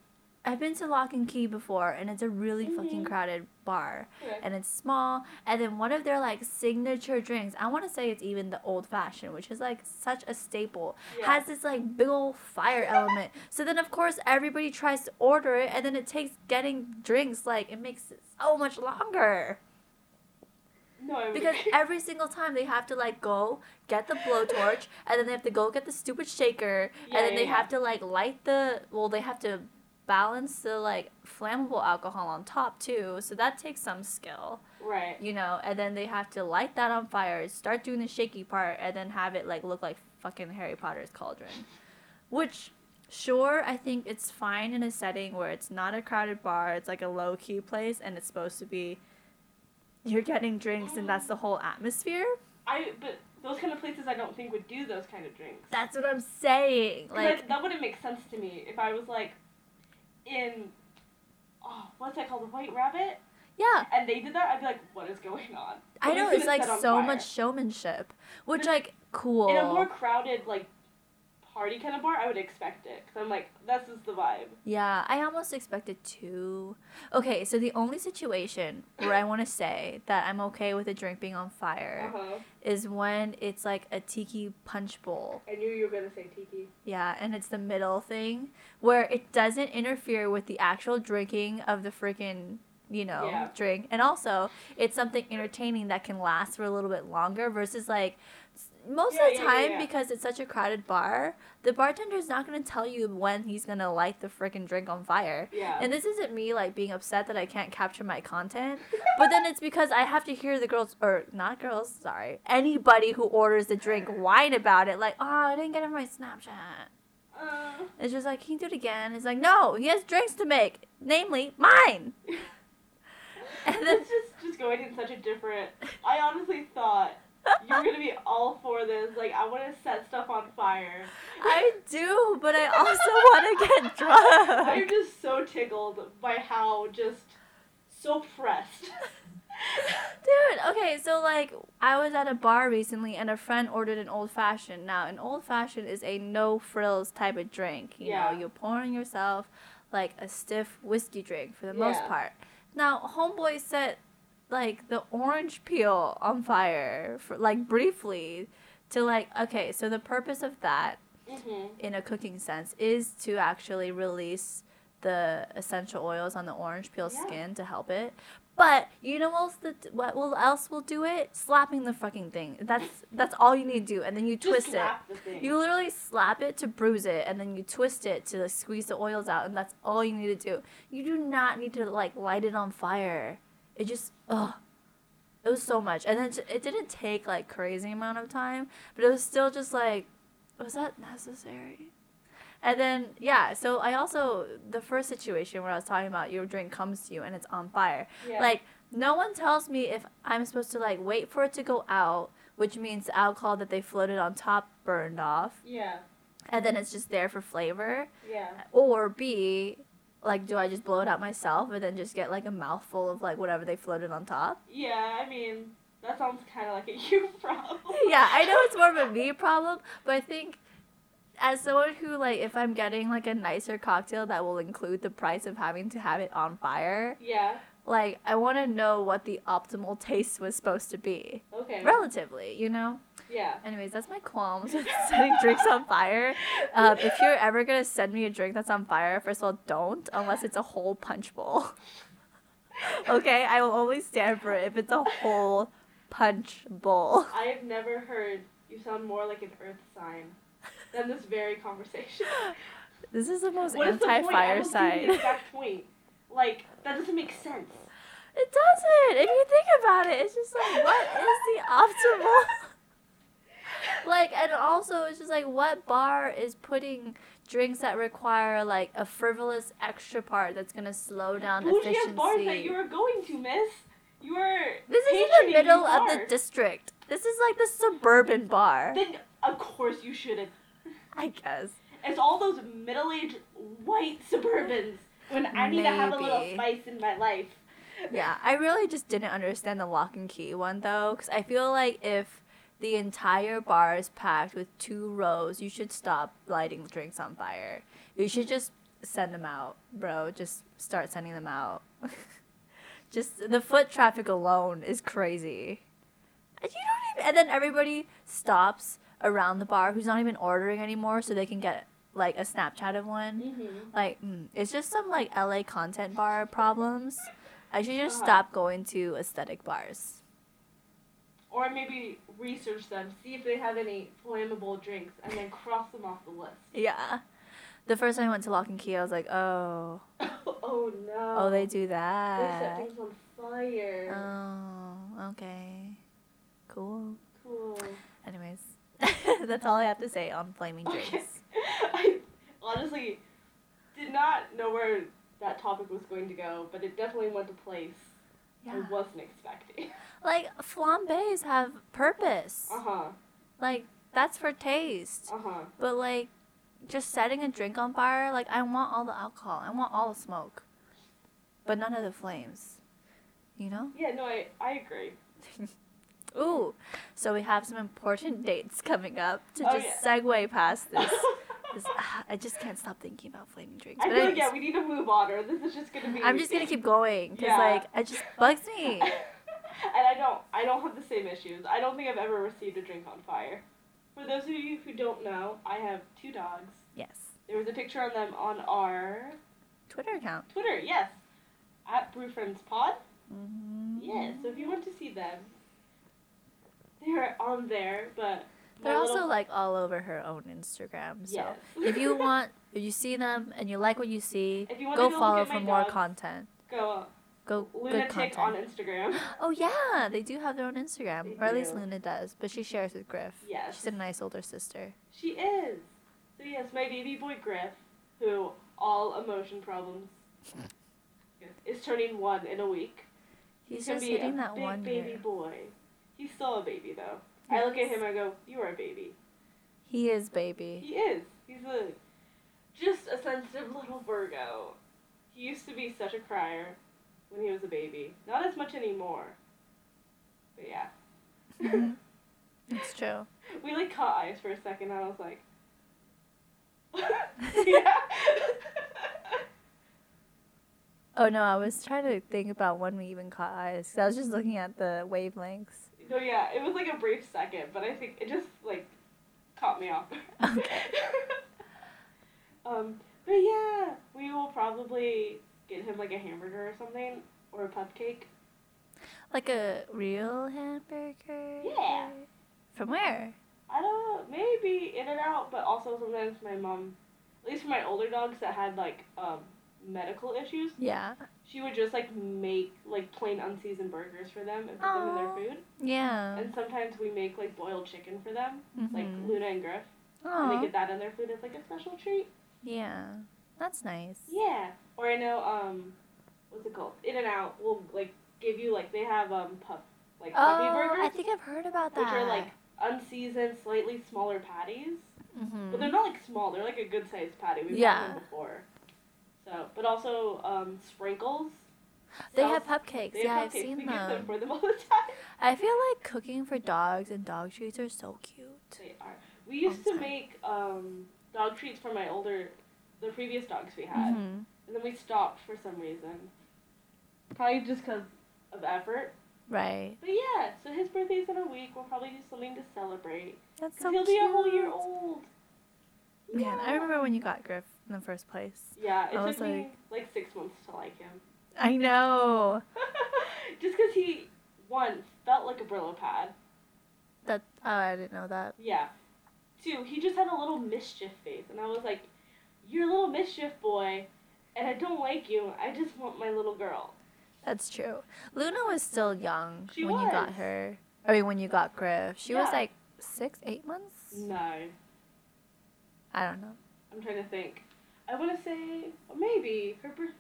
Speaker 3: I've been to Lock and Key before, and it's a really fucking
Speaker 2: Mhm.
Speaker 3: crowded bar,
Speaker 2: Correct.
Speaker 3: and it's small. And then one of their like signature drinks, I want to say it's even the old fashioned, which is like such a staple,
Speaker 2: Yeah.
Speaker 3: has this like big old fire element. So then of course everybody tries to order it, and then it takes getting drinks like it makes it so much longer
Speaker 2: no, I would <laughs>
Speaker 3: because
Speaker 2: agree.
Speaker 3: every single time they have to like go get the blowtorch and then they have to go get the stupid shaker
Speaker 2: Yeah,
Speaker 3: and then
Speaker 2: yeah,
Speaker 3: they
Speaker 2: yeah.
Speaker 3: have to like light the well they have to balance the like flammable alcohol on top too so that takes some skill
Speaker 2: right.
Speaker 3: you know and then they have to light that on fire start doing the shaky part and then have it like look like fucking harry potter's cauldron which sure i think it's fine in a setting where it's not a crowded bar it's like a low-key place and it's supposed to be you're getting drinks and that's the whole atmosphere
Speaker 2: I but those kind of places I don't think would do those kind of drinks.
Speaker 3: that's what i'm saying
Speaker 2: 'Cause
Speaker 3: like
Speaker 2: I- that wouldn't make sense to me if I was like in oh what's that called the White Rabbit
Speaker 3: yeah
Speaker 2: and they did that I'd be like what is going on?
Speaker 3: i
Speaker 2: What is
Speaker 3: know
Speaker 2: gonna
Speaker 3: it's like
Speaker 2: set on
Speaker 3: so
Speaker 2: fire?
Speaker 3: much showmanship which
Speaker 2: But
Speaker 3: like cool
Speaker 2: in a more crowded like party kind of bar I would expect it because I'm like this is the vibe.
Speaker 3: Yeah, I almost expected two. Okay, so the only situation where I want to say that I'm okay with a drink being on
Speaker 2: Uh
Speaker 3: fire
Speaker 2: huh.
Speaker 3: is when it's like a tiki punch bowl.
Speaker 2: I knew you were gonna say tiki.
Speaker 3: Yeah, and it's the middle thing where it doesn't interfere with the actual drinking of the freaking, you know,
Speaker 2: Yeah.
Speaker 3: drink. And also, it's something entertaining that can last for a little bit longer versus like s- most of
Speaker 2: Yeah,
Speaker 3: the
Speaker 2: yeah, yeah,
Speaker 3: time
Speaker 2: yeah.
Speaker 3: because it's such a crowded bar, the bartender's not going to tell you when he's going to light the freaking drink on fire.
Speaker 2: Yeah.
Speaker 3: And this isn't me like being upset that I can't capture my content, but then it's because I have to hear the girls or not girls, sorry, anybody who orders the drink whine about it, like, oh, I didn't get it from my Snapchat.
Speaker 2: uh,
Speaker 3: It's just like, can you do it again? It's like, no, he has drinks to make, namely mine. And then-
Speaker 2: it's just just going in such a different. I honestly thought you were gonna be all for this. Like I want to set stuff on fire.
Speaker 3: I do, but I also want to get drunk. <laughs>
Speaker 2: <laughs> I'm just so tickled by how just so pressed.
Speaker 3: Dude, okay, so like I was at a bar recently and a friend ordered an old fashioned. Now, an old fashioned is a no frills type of drink. You
Speaker 2: Yeah.
Speaker 3: know, you're pouring yourself like a stiff whiskey drink for the most
Speaker 2: Yeah.
Speaker 3: part. Now, homeboy set like the orange peel on fire for like briefly to like okay, so the purpose of that
Speaker 2: Mm-hmm.
Speaker 3: in a cooking sense is to actually release the essential oils on the orange peel
Speaker 2: Yeah.
Speaker 3: skin to help it. But you know what else the, what will else will do it? Slapping the fucking thing. That's that's all you need to do, and then you twist
Speaker 2: just slap the
Speaker 3: it.
Speaker 2: thing.
Speaker 3: You literally slap it to bruise it, and then you twist it to like, squeeze the oils out, and that's all you need to do. You do not need to like light it on fire. It just ugh. It was so much, and it, it didn't take like crazy amount of time, but it was still just like was that necessary? And then yeah, so I also the first situation where I was talking about your drink comes to you and it's on fire.
Speaker 2: Yeah.
Speaker 3: Like no one tells me if I'm supposed to like wait for it to go out, which means the alcohol that they floated on top burned off,
Speaker 2: yeah,
Speaker 3: and then it's just there for flavor.
Speaker 2: yeah,
Speaker 3: Or B, like do I just blow it out myself and then just get like a mouthful of like whatever they floated on
Speaker 2: <laughs>
Speaker 3: top?
Speaker 2: yeah. I mean, that sounds kind of like a <laughs> you problem.
Speaker 3: yeah, I know it's more of a me problem, but I think as someone who like if I'm getting like a nicer cocktail that will include the price of having to have it on fire,
Speaker 2: Yeah.
Speaker 3: like I want to know what the optimal taste was supposed to be.
Speaker 2: Okay.
Speaker 3: Relatively, you know.
Speaker 2: Yeah.
Speaker 3: Anyways, that's my qualms with <laughs> setting drinks on fire. Um, if you're ever gonna send me a drink that's on fire, first of all, don't unless it's a whole punch bowl. <laughs> okay, I will only stand for it if it's a whole punch bowl.
Speaker 2: I have never heard you sound more like an earth sign than this
Speaker 3: <laughs>
Speaker 2: very conversation.
Speaker 3: This is the most
Speaker 2: What is the point? I
Speaker 3: anti-fire
Speaker 2: don't see
Speaker 3: side.
Speaker 2: The exact point. Like that doesn't make sense.
Speaker 3: It doesn't. If you think about it, it's just like what is the optimal? <laughs> like, and also it's just like what bar is putting drinks that require like a frivolous extra part that's gonna slow down
Speaker 2: Bougie ass
Speaker 3: Um, efficiency.
Speaker 2: bars that you are going to, miss. You are.
Speaker 3: this is in the
Speaker 2: patroning
Speaker 3: middle
Speaker 2: these
Speaker 3: of the
Speaker 2: bars.
Speaker 3: district. This is like the suburban bar,
Speaker 2: Then of course you shouldn't.
Speaker 3: I guess.
Speaker 2: It's all those middle-aged white suburbans when I need to have a little
Speaker 3: Maybe.
Speaker 2: spice in my life.
Speaker 3: Yeah, I really just didn't understand the lock and key one though, because I feel like if the entire bar is packed with two rows, you should stop lighting drinks on fire. You should just send them out, bro. Just start sending them out. <laughs> Just the foot traffic alone is crazy. And you don't even, and then everybody stops around the bar who's not even ordering anymore, so they can get like a Snapchat of one.
Speaker 2: Mm-hmm.
Speaker 3: Like mm, it's just some like LA content bar problems. I should just
Speaker 2: Uh-huh.
Speaker 3: stop going to aesthetic bars.
Speaker 2: Or maybe research them, see if they have any flammable drinks, and then cross them off the list. <laughs>
Speaker 3: Yeah. The first time I went to Lock and Key, I was like, oh,
Speaker 2: oh no.
Speaker 3: oh, they Uh, do
Speaker 2: They set
Speaker 3: that.
Speaker 2: things on fire.
Speaker 3: Oh, okay, cool.
Speaker 2: cool.
Speaker 3: Anyways, <laughs> that's all I have to say on flaming drinks.
Speaker 2: Okay. <laughs> I honestly did not know where that topic was going to go, but it definitely went to place
Speaker 3: Yeah.
Speaker 2: I wasn't expecting.
Speaker 3: Like flambés have purpose.
Speaker 2: Uh huh.
Speaker 3: Like that's for taste.
Speaker 2: Uh huh.
Speaker 3: But like just setting a drink on fire, like I want all the alcohol. I want all the smoke. But none of the flames. You know? <laughs>
Speaker 2: Yeah, no, I, I agree.
Speaker 3: Ooh. So we have some important dates coming up to
Speaker 2: Oh,
Speaker 3: just segue
Speaker 2: <laughs>
Speaker 3: past this. this ah, I just can't stop thinking about flaming drinks.
Speaker 2: I
Speaker 3: But
Speaker 2: feel like,
Speaker 3: anyways,
Speaker 2: yeah, we need to move on, or this is just gonna be.
Speaker 3: I'm just
Speaker 2: <laughs>
Speaker 3: gonna keep going because
Speaker 2: Yeah.
Speaker 3: like it just bugs me.
Speaker 2: <laughs> and I don't, I don't have the same issues. I don't think I've ever received a drink on fire. For those of you who don't know, I have two dogs.
Speaker 3: Yes.
Speaker 2: There was a picture on them on our
Speaker 3: Twitter account.
Speaker 2: Twitter, yes, at Brew Friends Pod.
Speaker 3: Mm.
Speaker 2: Yeah, so if you want to see them, they're on there, but my
Speaker 3: They're also
Speaker 2: little-
Speaker 3: like all over her own Instagram. So
Speaker 2: <laughs> yes.
Speaker 3: if you want, if you see them and you like what you see,
Speaker 2: If you wanna
Speaker 3: go
Speaker 2: go look
Speaker 3: follow
Speaker 2: at my
Speaker 3: for more
Speaker 2: dogs.
Speaker 3: content.
Speaker 2: go
Speaker 3: Go good
Speaker 2: lunatic
Speaker 3: content.
Speaker 2: on Instagram.
Speaker 3: Oh yeah, they do have their own Instagram,
Speaker 2: They
Speaker 3: or at least
Speaker 2: do.
Speaker 3: Luna does, but she shares with Griff. <laughs>
Speaker 2: Yes,
Speaker 3: She's a nice older sister.
Speaker 2: she is. So yes, my baby boy Griff, who all emotion
Speaker 3: <laughs>
Speaker 2: problems, is turning one in a week.
Speaker 3: He's
Speaker 2: gonna
Speaker 3: just
Speaker 2: be a
Speaker 3: hitting that
Speaker 2: big
Speaker 3: one
Speaker 2: baby
Speaker 3: year.
Speaker 2: boy. He's still a baby though. I look at him. I go, "You are a baby."
Speaker 3: He is baby.
Speaker 2: He is. He's a just a sensitive little Virgo. He used to be such a crier when he was a baby. Not as much anymore. But yeah.
Speaker 3: Mhm. it's true.
Speaker 2: We like caught eyes for a second and I was like <laughs> Yeah.
Speaker 3: Oh no, I was trying to think about when we even caught eyes. 'cause I was just looking at the wavelengths.
Speaker 2: no yeah, it was like a brief second, but I think it just like caught me off. guard. <laughs> um but yeah, we will probably get him like a hamburger or something or a cupcake.
Speaker 3: Like a real hamburger.
Speaker 2: Yeah.
Speaker 3: From where?
Speaker 2: I don't know, maybe In and Out, but also sometimes my mom, at least for my older dogs that had like um, medical issues,
Speaker 3: Yeah.
Speaker 2: she would just like make like plain unseasoned burgers for them and put them in their
Speaker 3: Aw.
Speaker 2: food.
Speaker 3: Yeah.
Speaker 2: And sometimes we make like boiled chicken for them, like
Speaker 3: Mhm.
Speaker 2: Luna and Griff, and they
Speaker 3: Aw.
Speaker 2: get that in their food as like a special treat.
Speaker 3: Yeah, that's nice.
Speaker 2: Yeah. Or I know um, what's it called? In and Out will like give you like they have um pup like puppy
Speaker 3: Oh, I
Speaker 2: burgers,
Speaker 3: think I've heard about that.
Speaker 2: which are like unseasoned, slightly smaller patties.
Speaker 3: Mhm.
Speaker 2: But they're not like small. They're like a good sized patty. We've
Speaker 3: Yeah.
Speaker 2: had them before. So, but also um, sprinkles.
Speaker 3: they
Speaker 2: So-
Speaker 3: have cupcakes.
Speaker 2: they have
Speaker 3: yeah, I've
Speaker 2: cupcakes.
Speaker 3: seen
Speaker 2: we
Speaker 3: them.
Speaker 2: Get them for them all the <laughs> time.
Speaker 3: I feel like cooking for dogs and dog treats are so cute.
Speaker 2: They are. We used to
Speaker 3: Okay.
Speaker 2: make um, dog treats for my older, the previous dogs we had,
Speaker 3: hmm
Speaker 2: and then we stopped for some reason. Probably just because of effort.
Speaker 3: Right.
Speaker 2: But yeah, so his birthday's in a week. We'll probably do something to celebrate.
Speaker 3: That's
Speaker 2: Cause
Speaker 3: so
Speaker 2: he'll
Speaker 3: cute.
Speaker 2: be a whole year old.
Speaker 3: Man, I
Speaker 2: Yeah.
Speaker 3: remember when you got Griff in the first place.
Speaker 2: Yeah, it
Speaker 3: I was
Speaker 2: took me like six months to like him.
Speaker 3: I know.
Speaker 2: <laughs> Just because he, one, felt like a Brillo pad.
Speaker 3: That oh, I didn't know that.
Speaker 2: Yeah. Two, he just had a little mischief face. And I was like, you're a little mischief boy, and I don't like you. I just want my little girl.
Speaker 3: That's true. Luna was still young
Speaker 2: She
Speaker 3: when you got
Speaker 2: was.
Speaker 3: her. I mean, when you got Griff, she was
Speaker 2: Yeah. Mm.
Speaker 3: like six, eight months.
Speaker 2: No.
Speaker 3: I don't know.
Speaker 2: I'm trying to think. I want to say, or maybe, her birth-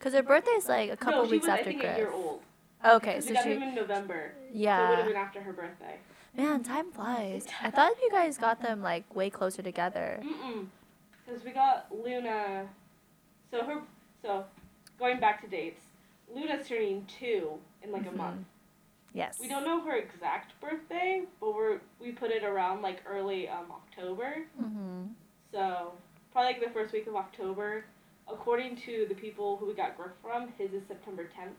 Speaker 3: Cause her birthday's like a couple
Speaker 2: no, she
Speaker 3: weeks
Speaker 2: was,
Speaker 3: after
Speaker 2: I think,
Speaker 3: Griff.
Speaker 2: a year old.
Speaker 3: Okay,
Speaker 2: 'Cause
Speaker 3: so
Speaker 2: we got
Speaker 3: she
Speaker 2: him in November. So it would
Speaker 3: yeah.
Speaker 2: have been after her birthday.
Speaker 3: Man, time flies.
Speaker 2: <laughs>
Speaker 3: I
Speaker 2: does.
Speaker 3: thought you guys got them like way closer together.
Speaker 2: Mm-mm. Because we got Luna. So her. So, going back to dates, Luna's turning two in like
Speaker 3: Mhm.
Speaker 2: a month.
Speaker 3: Yes.
Speaker 2: We don't know her exact
Speaker 3: Mm-hmm.
Speaker 2: birthday, but we're we put it around like early um, October.
Speaker 3: hmm
Speaker 2: So probably like the first week of October. According to the people who we got Griff from, his is September 10th.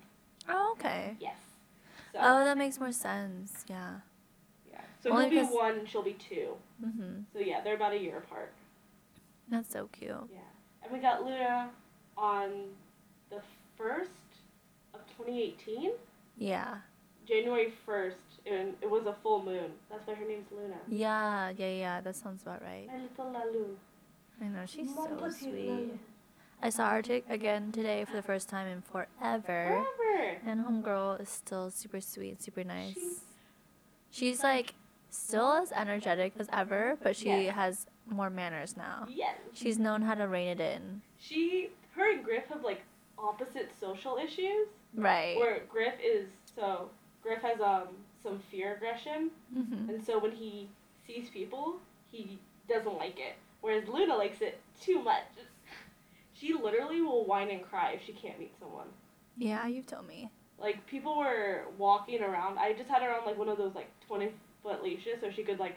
Speaker 3: Oh, okay.
Speaker 2: Yes. So,
Speaker 3: Oh, that makes more sense. Yeah.
Speaker 2: yeah. So
Speaker 3: only
Speaker 2: he'll be
Speaker 3: 'cause-
Speaker 2: one and she'll be two.
Speaker 3: Mm-hmm.
Speaker 2: So yeah, they're about a year apart.
Speaker 3: That's so cute.
Speaker 2: Yeah. And we got Luna on the 1st of 2018,
Speaker 3: Yeah.
Speaker 2: January 1st, and it was a full moon. That's why her name's Luna.
Speaker 3: Yeah, yeah, yeah. That sounds about right.
Speaker 2: My little Lalu.
Speaker 3: I know she's
Speaker 2: My
Speaker 3: so
Speaker 2: little
Speaker 3: sweet.
Speaker 2: Lalu.
Speaker 3: I saw her t- again today for the first time in forever,
Speaker 2: Forever.
Speaker 3: and homegirl is still super sweet and super nice.
Speaker 2: She's-
Speaker 3: She's like still as energetic as ever, but she
Speaker 2: Yes.
Speaker 3: has more manners now.
Speaker 2: Yes.
Speaker 3: She's known how to rein it in.
Speaker 2: She, her and Griff have like opposite social issues.
Speaker 3: Right.
Speaker 2: Where Griff is so Griff has um some fear aggression,
Speaker 3: hmm
Speaker 2: and so when he sees people, he doesn't like it. Whereas Luna likes it too much. She literally will whine and cry if she can't meet someone.
Speaker 3: Yeah, you've told me.
Speaker 2: Like people were walking around. I just had her on like one of those like twenty foot leashes so she could like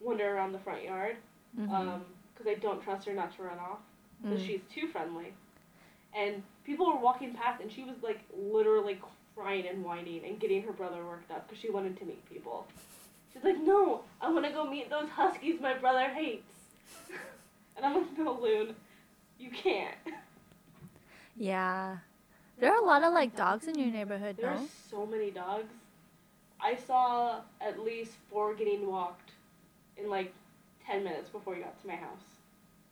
Speaker 2: wander around the front yard.
Speaker 3: Mhm.
Speaker 2: Um, because I don't trust her not to run off. So
Speaker 3: Mm.
Speaker 2: she's too friendly. And people were walking past, and she was like literally crying and whining and getting her brother worked up because she wanted to meet people. She's like, "No, I want to go meet those huskies my brother hates." <laughs> and I'm like, "No, Loon, you can't."
Speaker 3: Yeah. There are a lot of like dogs in your neighborhood,
Speaker 2: There are
Speaker 3: no?
Speaker 2: so many dogs. I saw at least four getting walked in like ten minutes before you got to my house.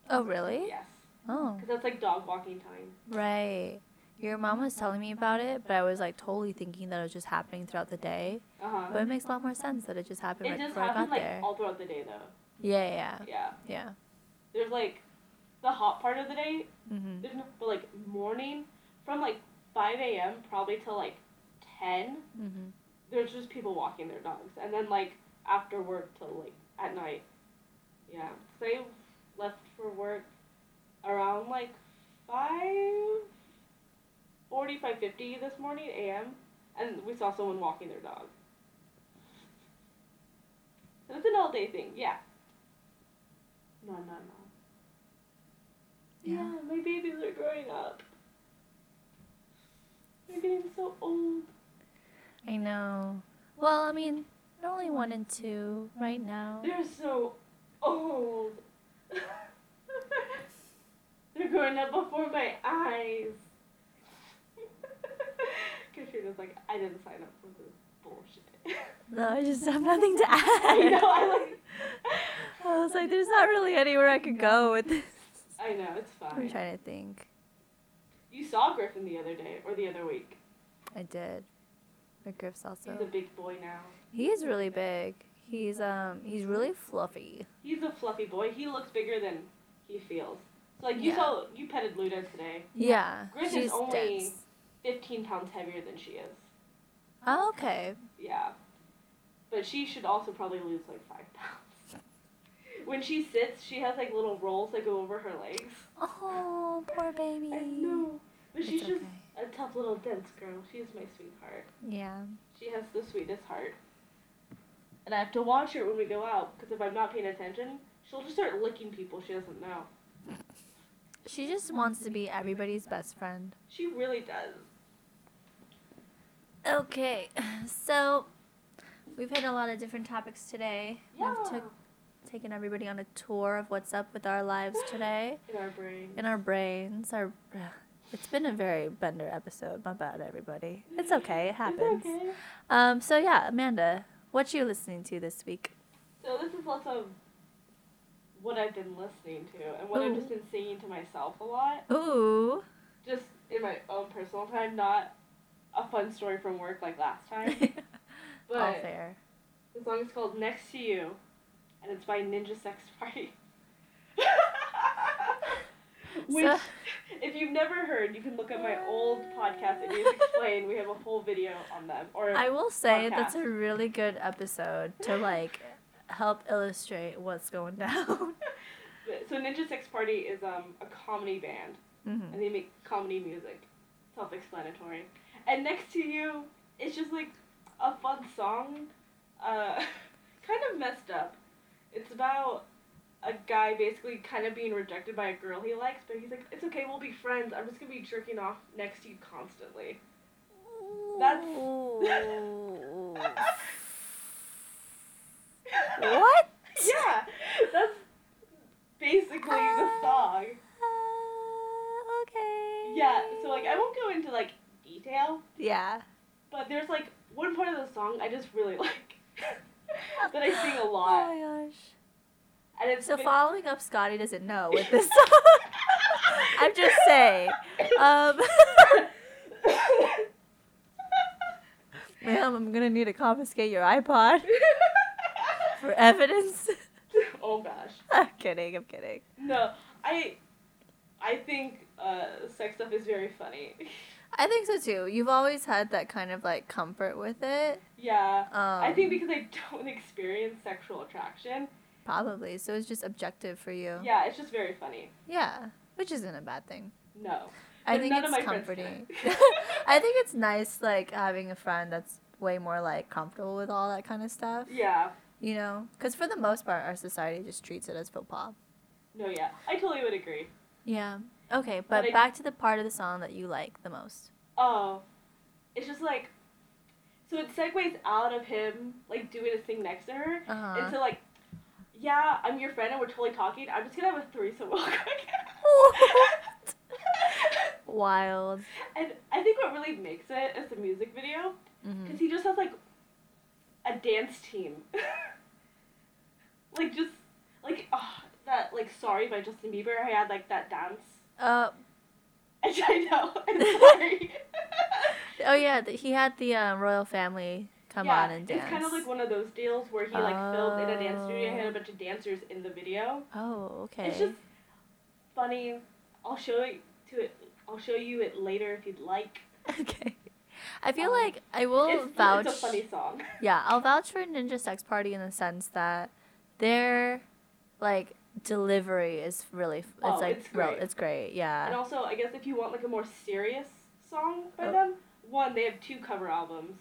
Speaker 3: Oh, really?
Speaker 2: Yes,
Speaker 3: Oh,
Speaker 2: because that's like dog walking time.
Speaker 3: right. Your mom was telling me about it, but I was like totally thinking that it was just happening throughout the day.
Speaker 2: Uh huh.
Speaker 3: But it makes a lot more sense that it just happened
Speaker 2: It
Speaker 3: right
Speaker 2: just
Speaker 3: before I got
Speaker 2: happened like
Speaker 3: there. Uh,
Speaker 2: all throughout the day though.
Speaker 3: Yeah, yeah,
Speaker 2: Yeah.
Speaker 3: yeah.
Speaker 2: There's like the hot part of the day,
Speaker 3: Mm-hmm.
Speaker 2: there's no, but like morning from like 5 a.m. probably till like 10,
Speaker 3: Mm-hmm.
Speaker 2: there's just people walking their dogs. And then like after work till like at night. Yeah. So I left for work around like 5 40, 5:50 this morning a.m. And we saw someone walking their dog. So it's an all day thing, yeah. No, no, no.
Speaker 3: Yeah.
Speaker 2: Yeah. my babies are growing up. They're getting so old.
Speaker 3: I know. Well, I mean, they're only one and two right now.
Speaker 2: They're so old. <laughs> They're growing up before my eyes. <laughs> Katrina's like, I didn't sign up for this bullshit. <laughs>
Speaker 3: No, I just have nothing to add. <laughs>
Speaker 2: I know, I like.
Speaker 3: I was like, there's not really anywhere I could go with this.
Speaker 2: I know, it's
Speaker 3: I'm
Speaker 2: fine.
Speaker 3: trying to think.
Speaker 2: You saw Griffin the other day, or the other week.
Speaker 3: I did. The Griff's also.
Speaker 2: He's a big boy now.
Speaker 3: He is really big. He's um he's really fluffy.
Speaker 2: He's a fluffy boy. He looks bigger than he feels. So like you
Speaker 3: Yeah.
Speaker 2: saw, you petted Luda today.
Speaker 3: Yeah.
Speaker 2: Griff is
Speaker 3: she's
Speaker 2: only-
Speaker 3: dense.
Speaker 2: 15 pounds heavier than she is.
Speaker 3: Oh, okay.
Speaker 2: Yeah. But she should also probably lose like five pounds. <laughs> When she sits, she has like little rolls that go over her legs.
Speaker 3: Oh, poor baby.
Speaker 2: I know. But
Speaker 3: It's
Speaker 2: she's just
Speaker 3: okay.
Speaker 2: a tough little dense girl. She's my sweetheart.
Speaker 3: Yeah.
Speaker 2: She has the sweetest heart. And I have to watch her when we go out because if I'm not paying attention, she'll just start licking people she doesn't know.
Speaker 3: She just wants to be everybody's best friend.
Speaker 2: She really does.
Speaker 3: Okay. <sighs> So we've hit a lot of different topics today.
Speaker 2: Yeah.
Speaker 3: We've took, taken everybody on a tour of what's up with our lives today
Speaker 2: In our brain.
Speaker 3: in our brains. Our <sighs> it's been a very bender episode. My bad, everybody. It's okay. It happens.
Speaker 2: It's okay.
Speaker 3: Um. So yeah, Amanda, what you listening to this week?
Speaker 2: So this is lots of what I've been listening to and what
Speaker 3: Ooh.
Speaker 2: I've just been singing to myself a lot, <laughs>
Speaker 3: Ooh.
Speaker 2: just in my own personal time, not a fun story from work like last
Speaker 3: <laughs> All
Speaker 2: time. But
Speaker 3: fair.
Speaker 2: the song is called Next to You, and it's by Ninja Sex
Speaker 3: <laughs>
Speaker 2: Party. Which,
Speaker 3: So-
Speaker 2: if you've never heard, you can look at my old podcast, It Is Explained. We have a whole video on them. Or
Speaker 3: I will say that's a
Speaker 2: podcast.
Speaker 3: really good episode to like help illustrate what's going <laughs> down.
Speaker 2: so Ninja Sex Party is um, a comedy band.
Speaker 3: Mhm.
Speaker 2: and they make comedy music. Self-explanatory. And next to you, it's just like a <laughs> fun song, uh, kind of messed up. It's about a guy basically kind of being rejected by a girl he likes, but he's like, it's okay, we'll be friends. I'm just gonna be jerking off next to you constantly. That's-
Speaker 3: <laughs> what?
Speaker 2: <laughs> yeah, that's basically the song.
Speaker 3: Uh, okay.
Speaker 2: Yeah, so like I won't go into like detail,
Speaker 3: Yeah.
Speaker 2: but there's like one part of the song I just really <laughs> like
Speaker 3: <laughs>
Speaker 2: that I sing a lot,
Speaker 3: Oh my gosh.
Speaker 2: and it's
Speaker 3: So
Speaker 2: been- <laughs>
Speaker 3: following up, Scotty doesn't know with this <laughs> song. I'm just saying.
Speaker 2: <laughs>
Speaker 3: Um, ma'am, I'm gonna need to confiscate your iPod <laughs> for evidence. <laughs>
Speaker 2: oh gosh.
Speaker 3: I'm kidding. I'm kidding.
Speaker 2: No, I, I think uh, sex stuff is very funny.
Speaker 3: I think so too. You've always had that kind of like comfort with it.
Speaker 2: yeah,
Speaker 3: Um,
Speaker 2: I think because I don't <laughs> experience sexual attraction.
Speaker 3: probably. So it's just objective for you.
Speaker 2: Yeah, it's just very funny.
Speaker 3: Yeah, which isn't a bad thing.
Speaker 2: No,
Speaker 3: I
Speaker 2: And
Speaker 3: think
Speaker 2: none of
Speaker 3: it's
Speaker 2: my friends do
Speaker 3: comforting.
Speaker 2: <laughs> it.
Speaker 3: <laughs> I think it's nice like having a friend that's way more like comfortable with all that kind of stuff.
Speaker 2: yeah,
Speaker 3: You know, because for the most part, our society just treats it as faux pas.
Speaker 2: no, yeah, I totally would agree.
Speaker 3: Yeah. Okay, but,
Speaker 2: But I-
Speaker 3: back to the part of the song that you like the most.
Speaker 2: Oh, it's just like, so it segues out of him like doing his thing next to her
Speaker 3: Uh huh.
Speaker 2: into like, yeah, I'm your friend and we're totally talking. I'm just gonna have a threesome <laughs> real
Speaker 3: What? <laughs>
Speaker 2: quick.
Speaker 3: Wild.
Speaker 2: and I think what really makes it is the music video.
Speaker 3: hmm
Speaker 2: Because he just has like a dance team. <laughs> like just like ah, that like sorry by Justin Bieber. I had like that dance. <laughs>
Speaker 3: Uh
Speaker 2: And I know. I'm sorry.
Speaker 3: oh yeah, th- he had the uh, royal family come
Speaker 2: Yeah,
Speaker 3: on and dance.
Speaker 2: It's kind of like one of those deals where he like filmed in a dance studio. He had
Speaker 3: Oh.
Speaker 2: a bunch of dancers in the video.
Speaker 3: oh okay.
Speaker 2: It's just funny. I'll show it to it. I'll show you it later if you'd like.
Speaker 3: <laughs> okay. I feel
Speaker 2: Um,
Speaker 3: like I will
Speaker 2: it's,
Speaker 3: vouch.
Speaker 2: it's a funny song.
Speaker 3: Yeah, I'll vouch for Ninja Sex Party in the sense that their like delivery is really f- it's
Speaker 2: Oh,
Speaker 3: like
Speaker 2: it's
Speaker 3: real-
Speaker 2: great.
Speaker 3: it's great.
Speaker 2: And
Speaker 3: Yeah.
Speaker 2: also, I guess if you want like a more serious song by
Speaker 3: Oh.
Speaker 2: them, one they have two cover albums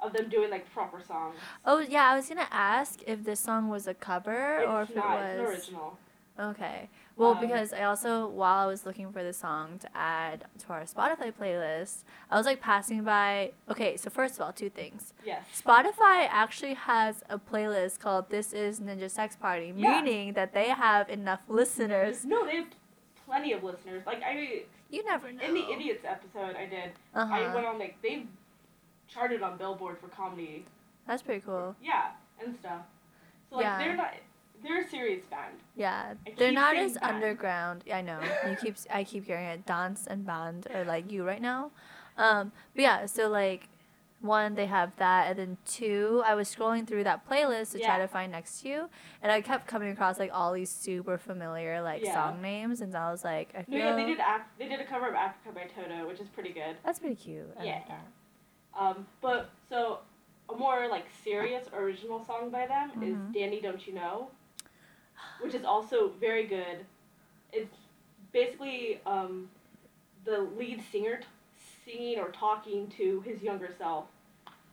Speaker 2: of them doing like proper songs.
Speaker 3: Oh yeah, I was gonna ask if this song was a cover or
Speaker 2: it's
Speaker 3: if it
Speaker 2: not, it's
Speaker 3: was
Speaker 2: an original.
Speaker 3: Okay. Well,
Speaker 2: Um,
Speaker 3: because I also while I was looking for the song to add to our Spotify playlist, I was like passing by. Okay, so first of all, two things.
Speaker 2: Yes.
Speaker 3: Spotify actually has a playlist called "This Is Ninja Sex Party,"
Speaker 2: Yeah.
Speaker 3: meaning that they have enough listeners.
Speaker 2: No, they have plenty of listeners. Like I,
Speaker 3: You never know.
Speaker 2: in the idiots episode I did, I
Speaker 3: Uh-huh.
Speaker 2: went on like they charted on Billboard for comedy,
Speaker 3: That's pretty cool.
Speaker 2: yeah, and stuff. So like
Speaker 3: Oh. Yeah.
Speaker 2: they're not, they're a serious band.
Speaker 3: Yeah,
Speaker 2: I
Speaker 3: they're
Speaker 2: keep
Speaker 3: not
Speaker 2: saying
Speaker 3: as
Speaker 2: band.
Speaker 3: underground. I know you
Speaker 2: <laughs>
Speaker 3: keep. I keep hearing it. Dance and band are like you right now. Um, but yeah, so like, one they have that, and then two, I was scrolling through that playlist to try to
Speaker 2: Yeah.
Speaker 3: find next to you, and I kept coming across like all these super familiar like
Speaker 2: Yeah.
Speaker 3: song names, and I was like, I
Speaker 2: No,
Speaker 3: feel
Speaker 2: yeah, they did. Af- they did a cover of Africa by Toto, which is pretty good.
Speaker 3: that's pretty cute. I
Speaker 2: Yeah.
Speaker 3: like that.
Speaker 2: Um, but so a more like serious original song by them
Speaker 3: Mhm.
Speaker 2: is "Danny Don't You Know," which is also very good. It's basically um, the lead singer t- singing or talking to his younger self.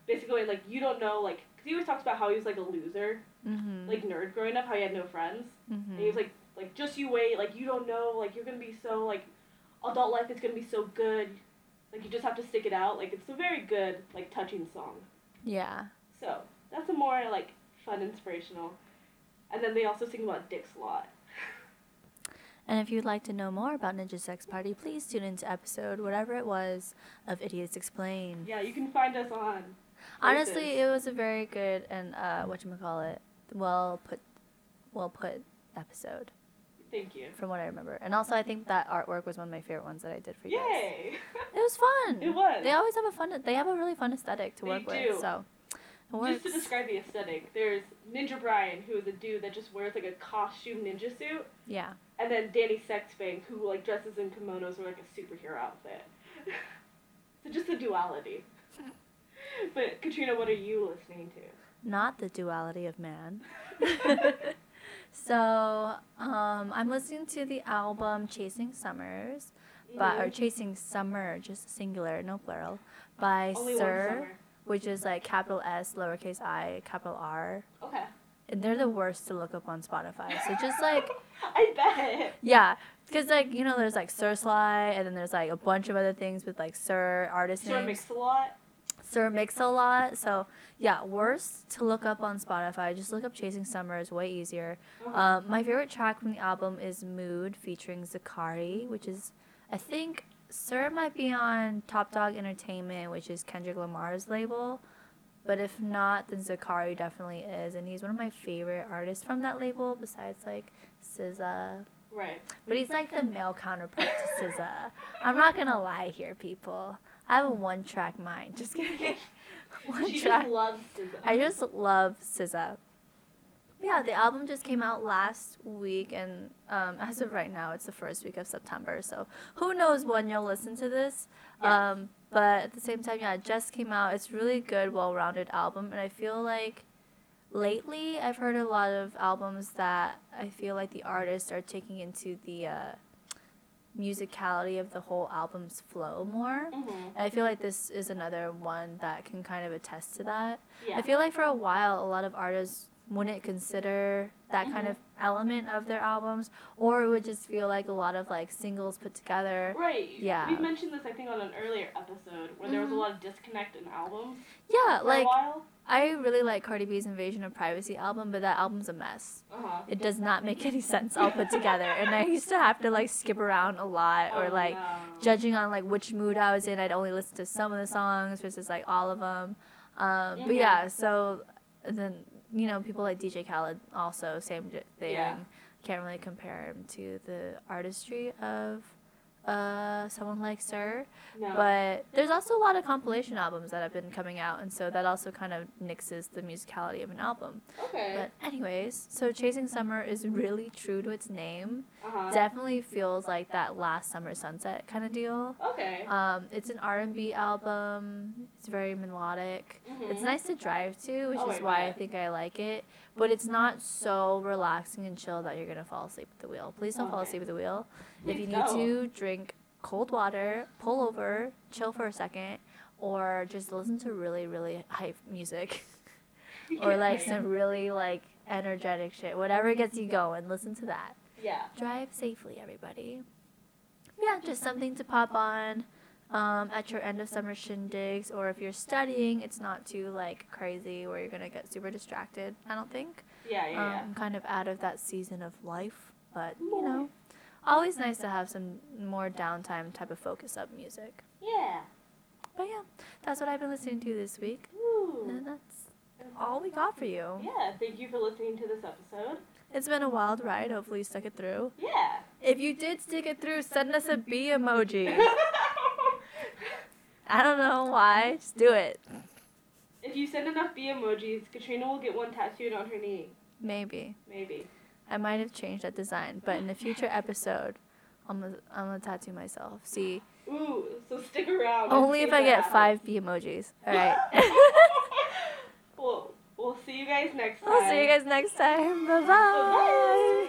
Speaker 2: Basically, like you don't know, like because he always talks about how he was like a loser,
Speaker 3: Mhm.
Speaker 2: like nerd growing up, how he had no friends. And he
Speaker 3: Mhm.
Speaker 2: was like, like just you wait, like you don't know, like you're gonna be so like, adult life is gonna be so good, like you just have to stick it out. Like it's a very good like touching song.
Speaker 3: Yeah.
Speaker 2: So that's a more like fun inspirational. And then they also sing about dicks a lot.
Speaker 3: And if you'd like to know more about Ninja Sex Party, please tune into episode whatever it was of Idiots Explained.
Speaker 2: Yeah, you can find us on.
Speaker 3: Honestly,
Speaker 2: places.
Speaker 3: it was a very good and uh, what you call it, well put, well put episode
Speaker 2: thank you.
Speaker 3: from what I remember. And also, I think that artwork was one of my favorite ones that I did for you. guys.
Speaker 2: Yay! <laughs>
Speaker 3: It was fun.
Speaker 2: It was.
Speaker 3: They always have a fun. They have a really fun aesthetic to
Speaker 2: They
Speaker 3: work
Speaker 2: do.
Speaker 3: with. So, it works.
Speaker 2: Just to describe the aesthetic, there's Ninja Brian, who is a dude that just wears like a costume ninja suit,
Speaker 3: yeah.
Speaker 2: and then Danny Sexbang, who like dresses in kimonos or like a superhero outfit. <laughs> so just
Speaker 3: <laughs>
Speaker 2: the duality. But Katrina, what are you listening to?
Speaker 3: Not the duality of
Speaker 2: <laughs>
Speaker 3: man. <laughs> so, um, I'm listening to the album Chasing Summers, by or
Speaker 2: Mhm.
Speaker 3: Chasing Summer, just singular, no plural, by
Speaker 2: Only
Speaker 3: Sir.
Speaker 2: one summer.
Speaker 3: which is like capital S, lowercase i, capital R.
Speaker 2: Okay.
Speaker 3: they're the worst to look up on Spotify. Uh, So just like
Speaker 2: <laughs> I bet.
Speaker 3: yeah, because like you know, there's like Sir Sly, and then there's like a bunch of other things with like Sir artist
Speaker 2: Sure
Speaker 3: names,
Speaker 2: mix a lot.
Speaker 3: Sir Mix a lot. So yeah, worst to look up on Spotify. Just look up Chasing Summer is way easier. Um, my favorite track from the album is Mood featuring Zakari, which is, I think, Sir might be on Top Dog Entertainment, which is Kendrick Lamar's label. But if not, then Zakari definitely is. And he's one of my favorite artists from that label, besides like SZA. <laughs>
Speaker 2: right.
Speaker 3: But he's like the male counterpart to SZA. I'm not gonna lie here, people. I have a one track mind. <laughs> Just kidding. one
Speaker 2: <laughs> She
Speaker 3: track.
Speaker 2: just loves SZA.
Speaker 3: I just love SZA. Yeah, the album just came out last week, and um, as of right now, it's the first week of September. So who knows when you'll listen to this?
Speaker 2: Yeah.
Speaker 3: Um, but at the same time, yeah, it just came out. It's really good, well-rounded album, and I feel like lately I've heard a lot of albums that I feel like the artists are taking into the uh, musicality of the whole album's flow more.
Speaker 2: Mhm.
Speaker 3: And I feel like this is another one that can kind of attest to that.
Speaker 2: Yeah.
Speaker 3: I feel like for a while, a lot of artists wouldn't consider that kind
Speaker 2: Mhm.
Speaker 3: of element of their albums, or it would just feel like a lot of like singles put together.
Speaker 2: Right.
Speaker 3: Yeah.
Speaker 2: We mentioned this, I think, on an earlier episode where there was a
Speaker 3: Mhm.
Speaker 2: lot of disconnect in albums
Speaker 3: Yeah,
Speaker 2: for a
Speaker 3: like
Speaker 2: while.
Speaker 3: I really like Cardi B's Invasion of Privacy album, but that album's a mess.
Speaker 2: Uh huh.
Speaker 3: It does not make any sense all put together, and I used to have to like skip around a lot
Speaker 2: Oh,
Speaker 3: or like judging on like which mood I was in, I'd only listen to some of the songs versus like all of them. Um, But
Speaker 2: Mhm.
Speaker 3: yeah, so then you know people like DJ Khaled also same j- thing.
Speaker 2: Yeah.
Speaker 3: Can't really compare him to the artistry of uh, someone like Sir,
Speaker 2: No.
Speaker 3: but there's also a lot of compilation albums that have been coming out, and so that also kind of nixes the musicality of an album.
Speaker 2: okay.
Speaker 3: But anyways, so Chasing Summer is really true to its name.
Speaker 2: Uh huh.
Speaker 3: Definitely feels like that last summer sunset kind of deal.
Speaker 2: Okay.
Speaker 3: Um, it's an R and B album. It's very melodic.
Speaker 2: Mhm. <laughs>
Speaker 3: It's nice to drive to, which
Speaker 2: Oh,
Speaker 3: is
Speaker 2: I
Speaker 3: why
Speaker 2: bet.
Speaker 3: I think I like it. But it's not so relaxing and chill that you're gonna fall asleep at the wheel. Please don't fall
Speaker 2: Okay.
Speaker 3: asleep at the wheel. if
Speaker 2: Please
Speaker 3: you need
Speaker 2: don't.
Speaker 3: to, drink cold water, pull over, chill for a second, or just listen to really, really hype
Speaker 2: <laughs>
Speaker 3: music, or like some really like energetic shit. Whatever gets you going, listen to that
Speaker 2: Yeah.
Speaker 3: drive safely, everybody. Yeah, just something to pop on um, at your end of summer shindigs, or if you're studying, it's not too like crazy where you're gonna get super distracted. I don't think.
Speaker 2: Yeah. Yeah. Yeah.
Speaker 3: Um, kind of out of that season of life, but you know, always nice to have some more downtime type of focus up music.
Speaker 2: yeah.
Speaker 3: But yeah, that's what I've been listening to this week,
Speaker 2: Ooh.
Speaker 3: and that's all we got for you.
Speaker 2: Yeah. Thank you for listening to this episode.
Speaker 3: It's been a wild ride. Hopefully, you stuck it through.
Speaker 2: Yeah.
Speaker 3: If you did stick it through, send us a B emoji. I don't know why. Just do it.
Speaker 2: <laughs> if you send enough B emojis, Katrina will get one tattooed on her knee.
Speaker 3: Maybe.
Speaker 2: Maybe.
Speaker 3: I might have changed that design, but in a future episode, I'm gonna, I'm gonna tattoo myself. See,
Speaker 2: Ooh. So stick around. and
Speaker 3: only
Speaker 2: see
Speaker 3: if I
Speaker 2: that
Speaker 3: get
Speaker 2: happens.
Speaker 3: five B emojis. All right.
Speaker 2: <laughs>
Speaker 3: <laughs>
Speaker 2: well, we'll see you guys next time.
Speaker 3: I'll see you guys next time. Bye bye.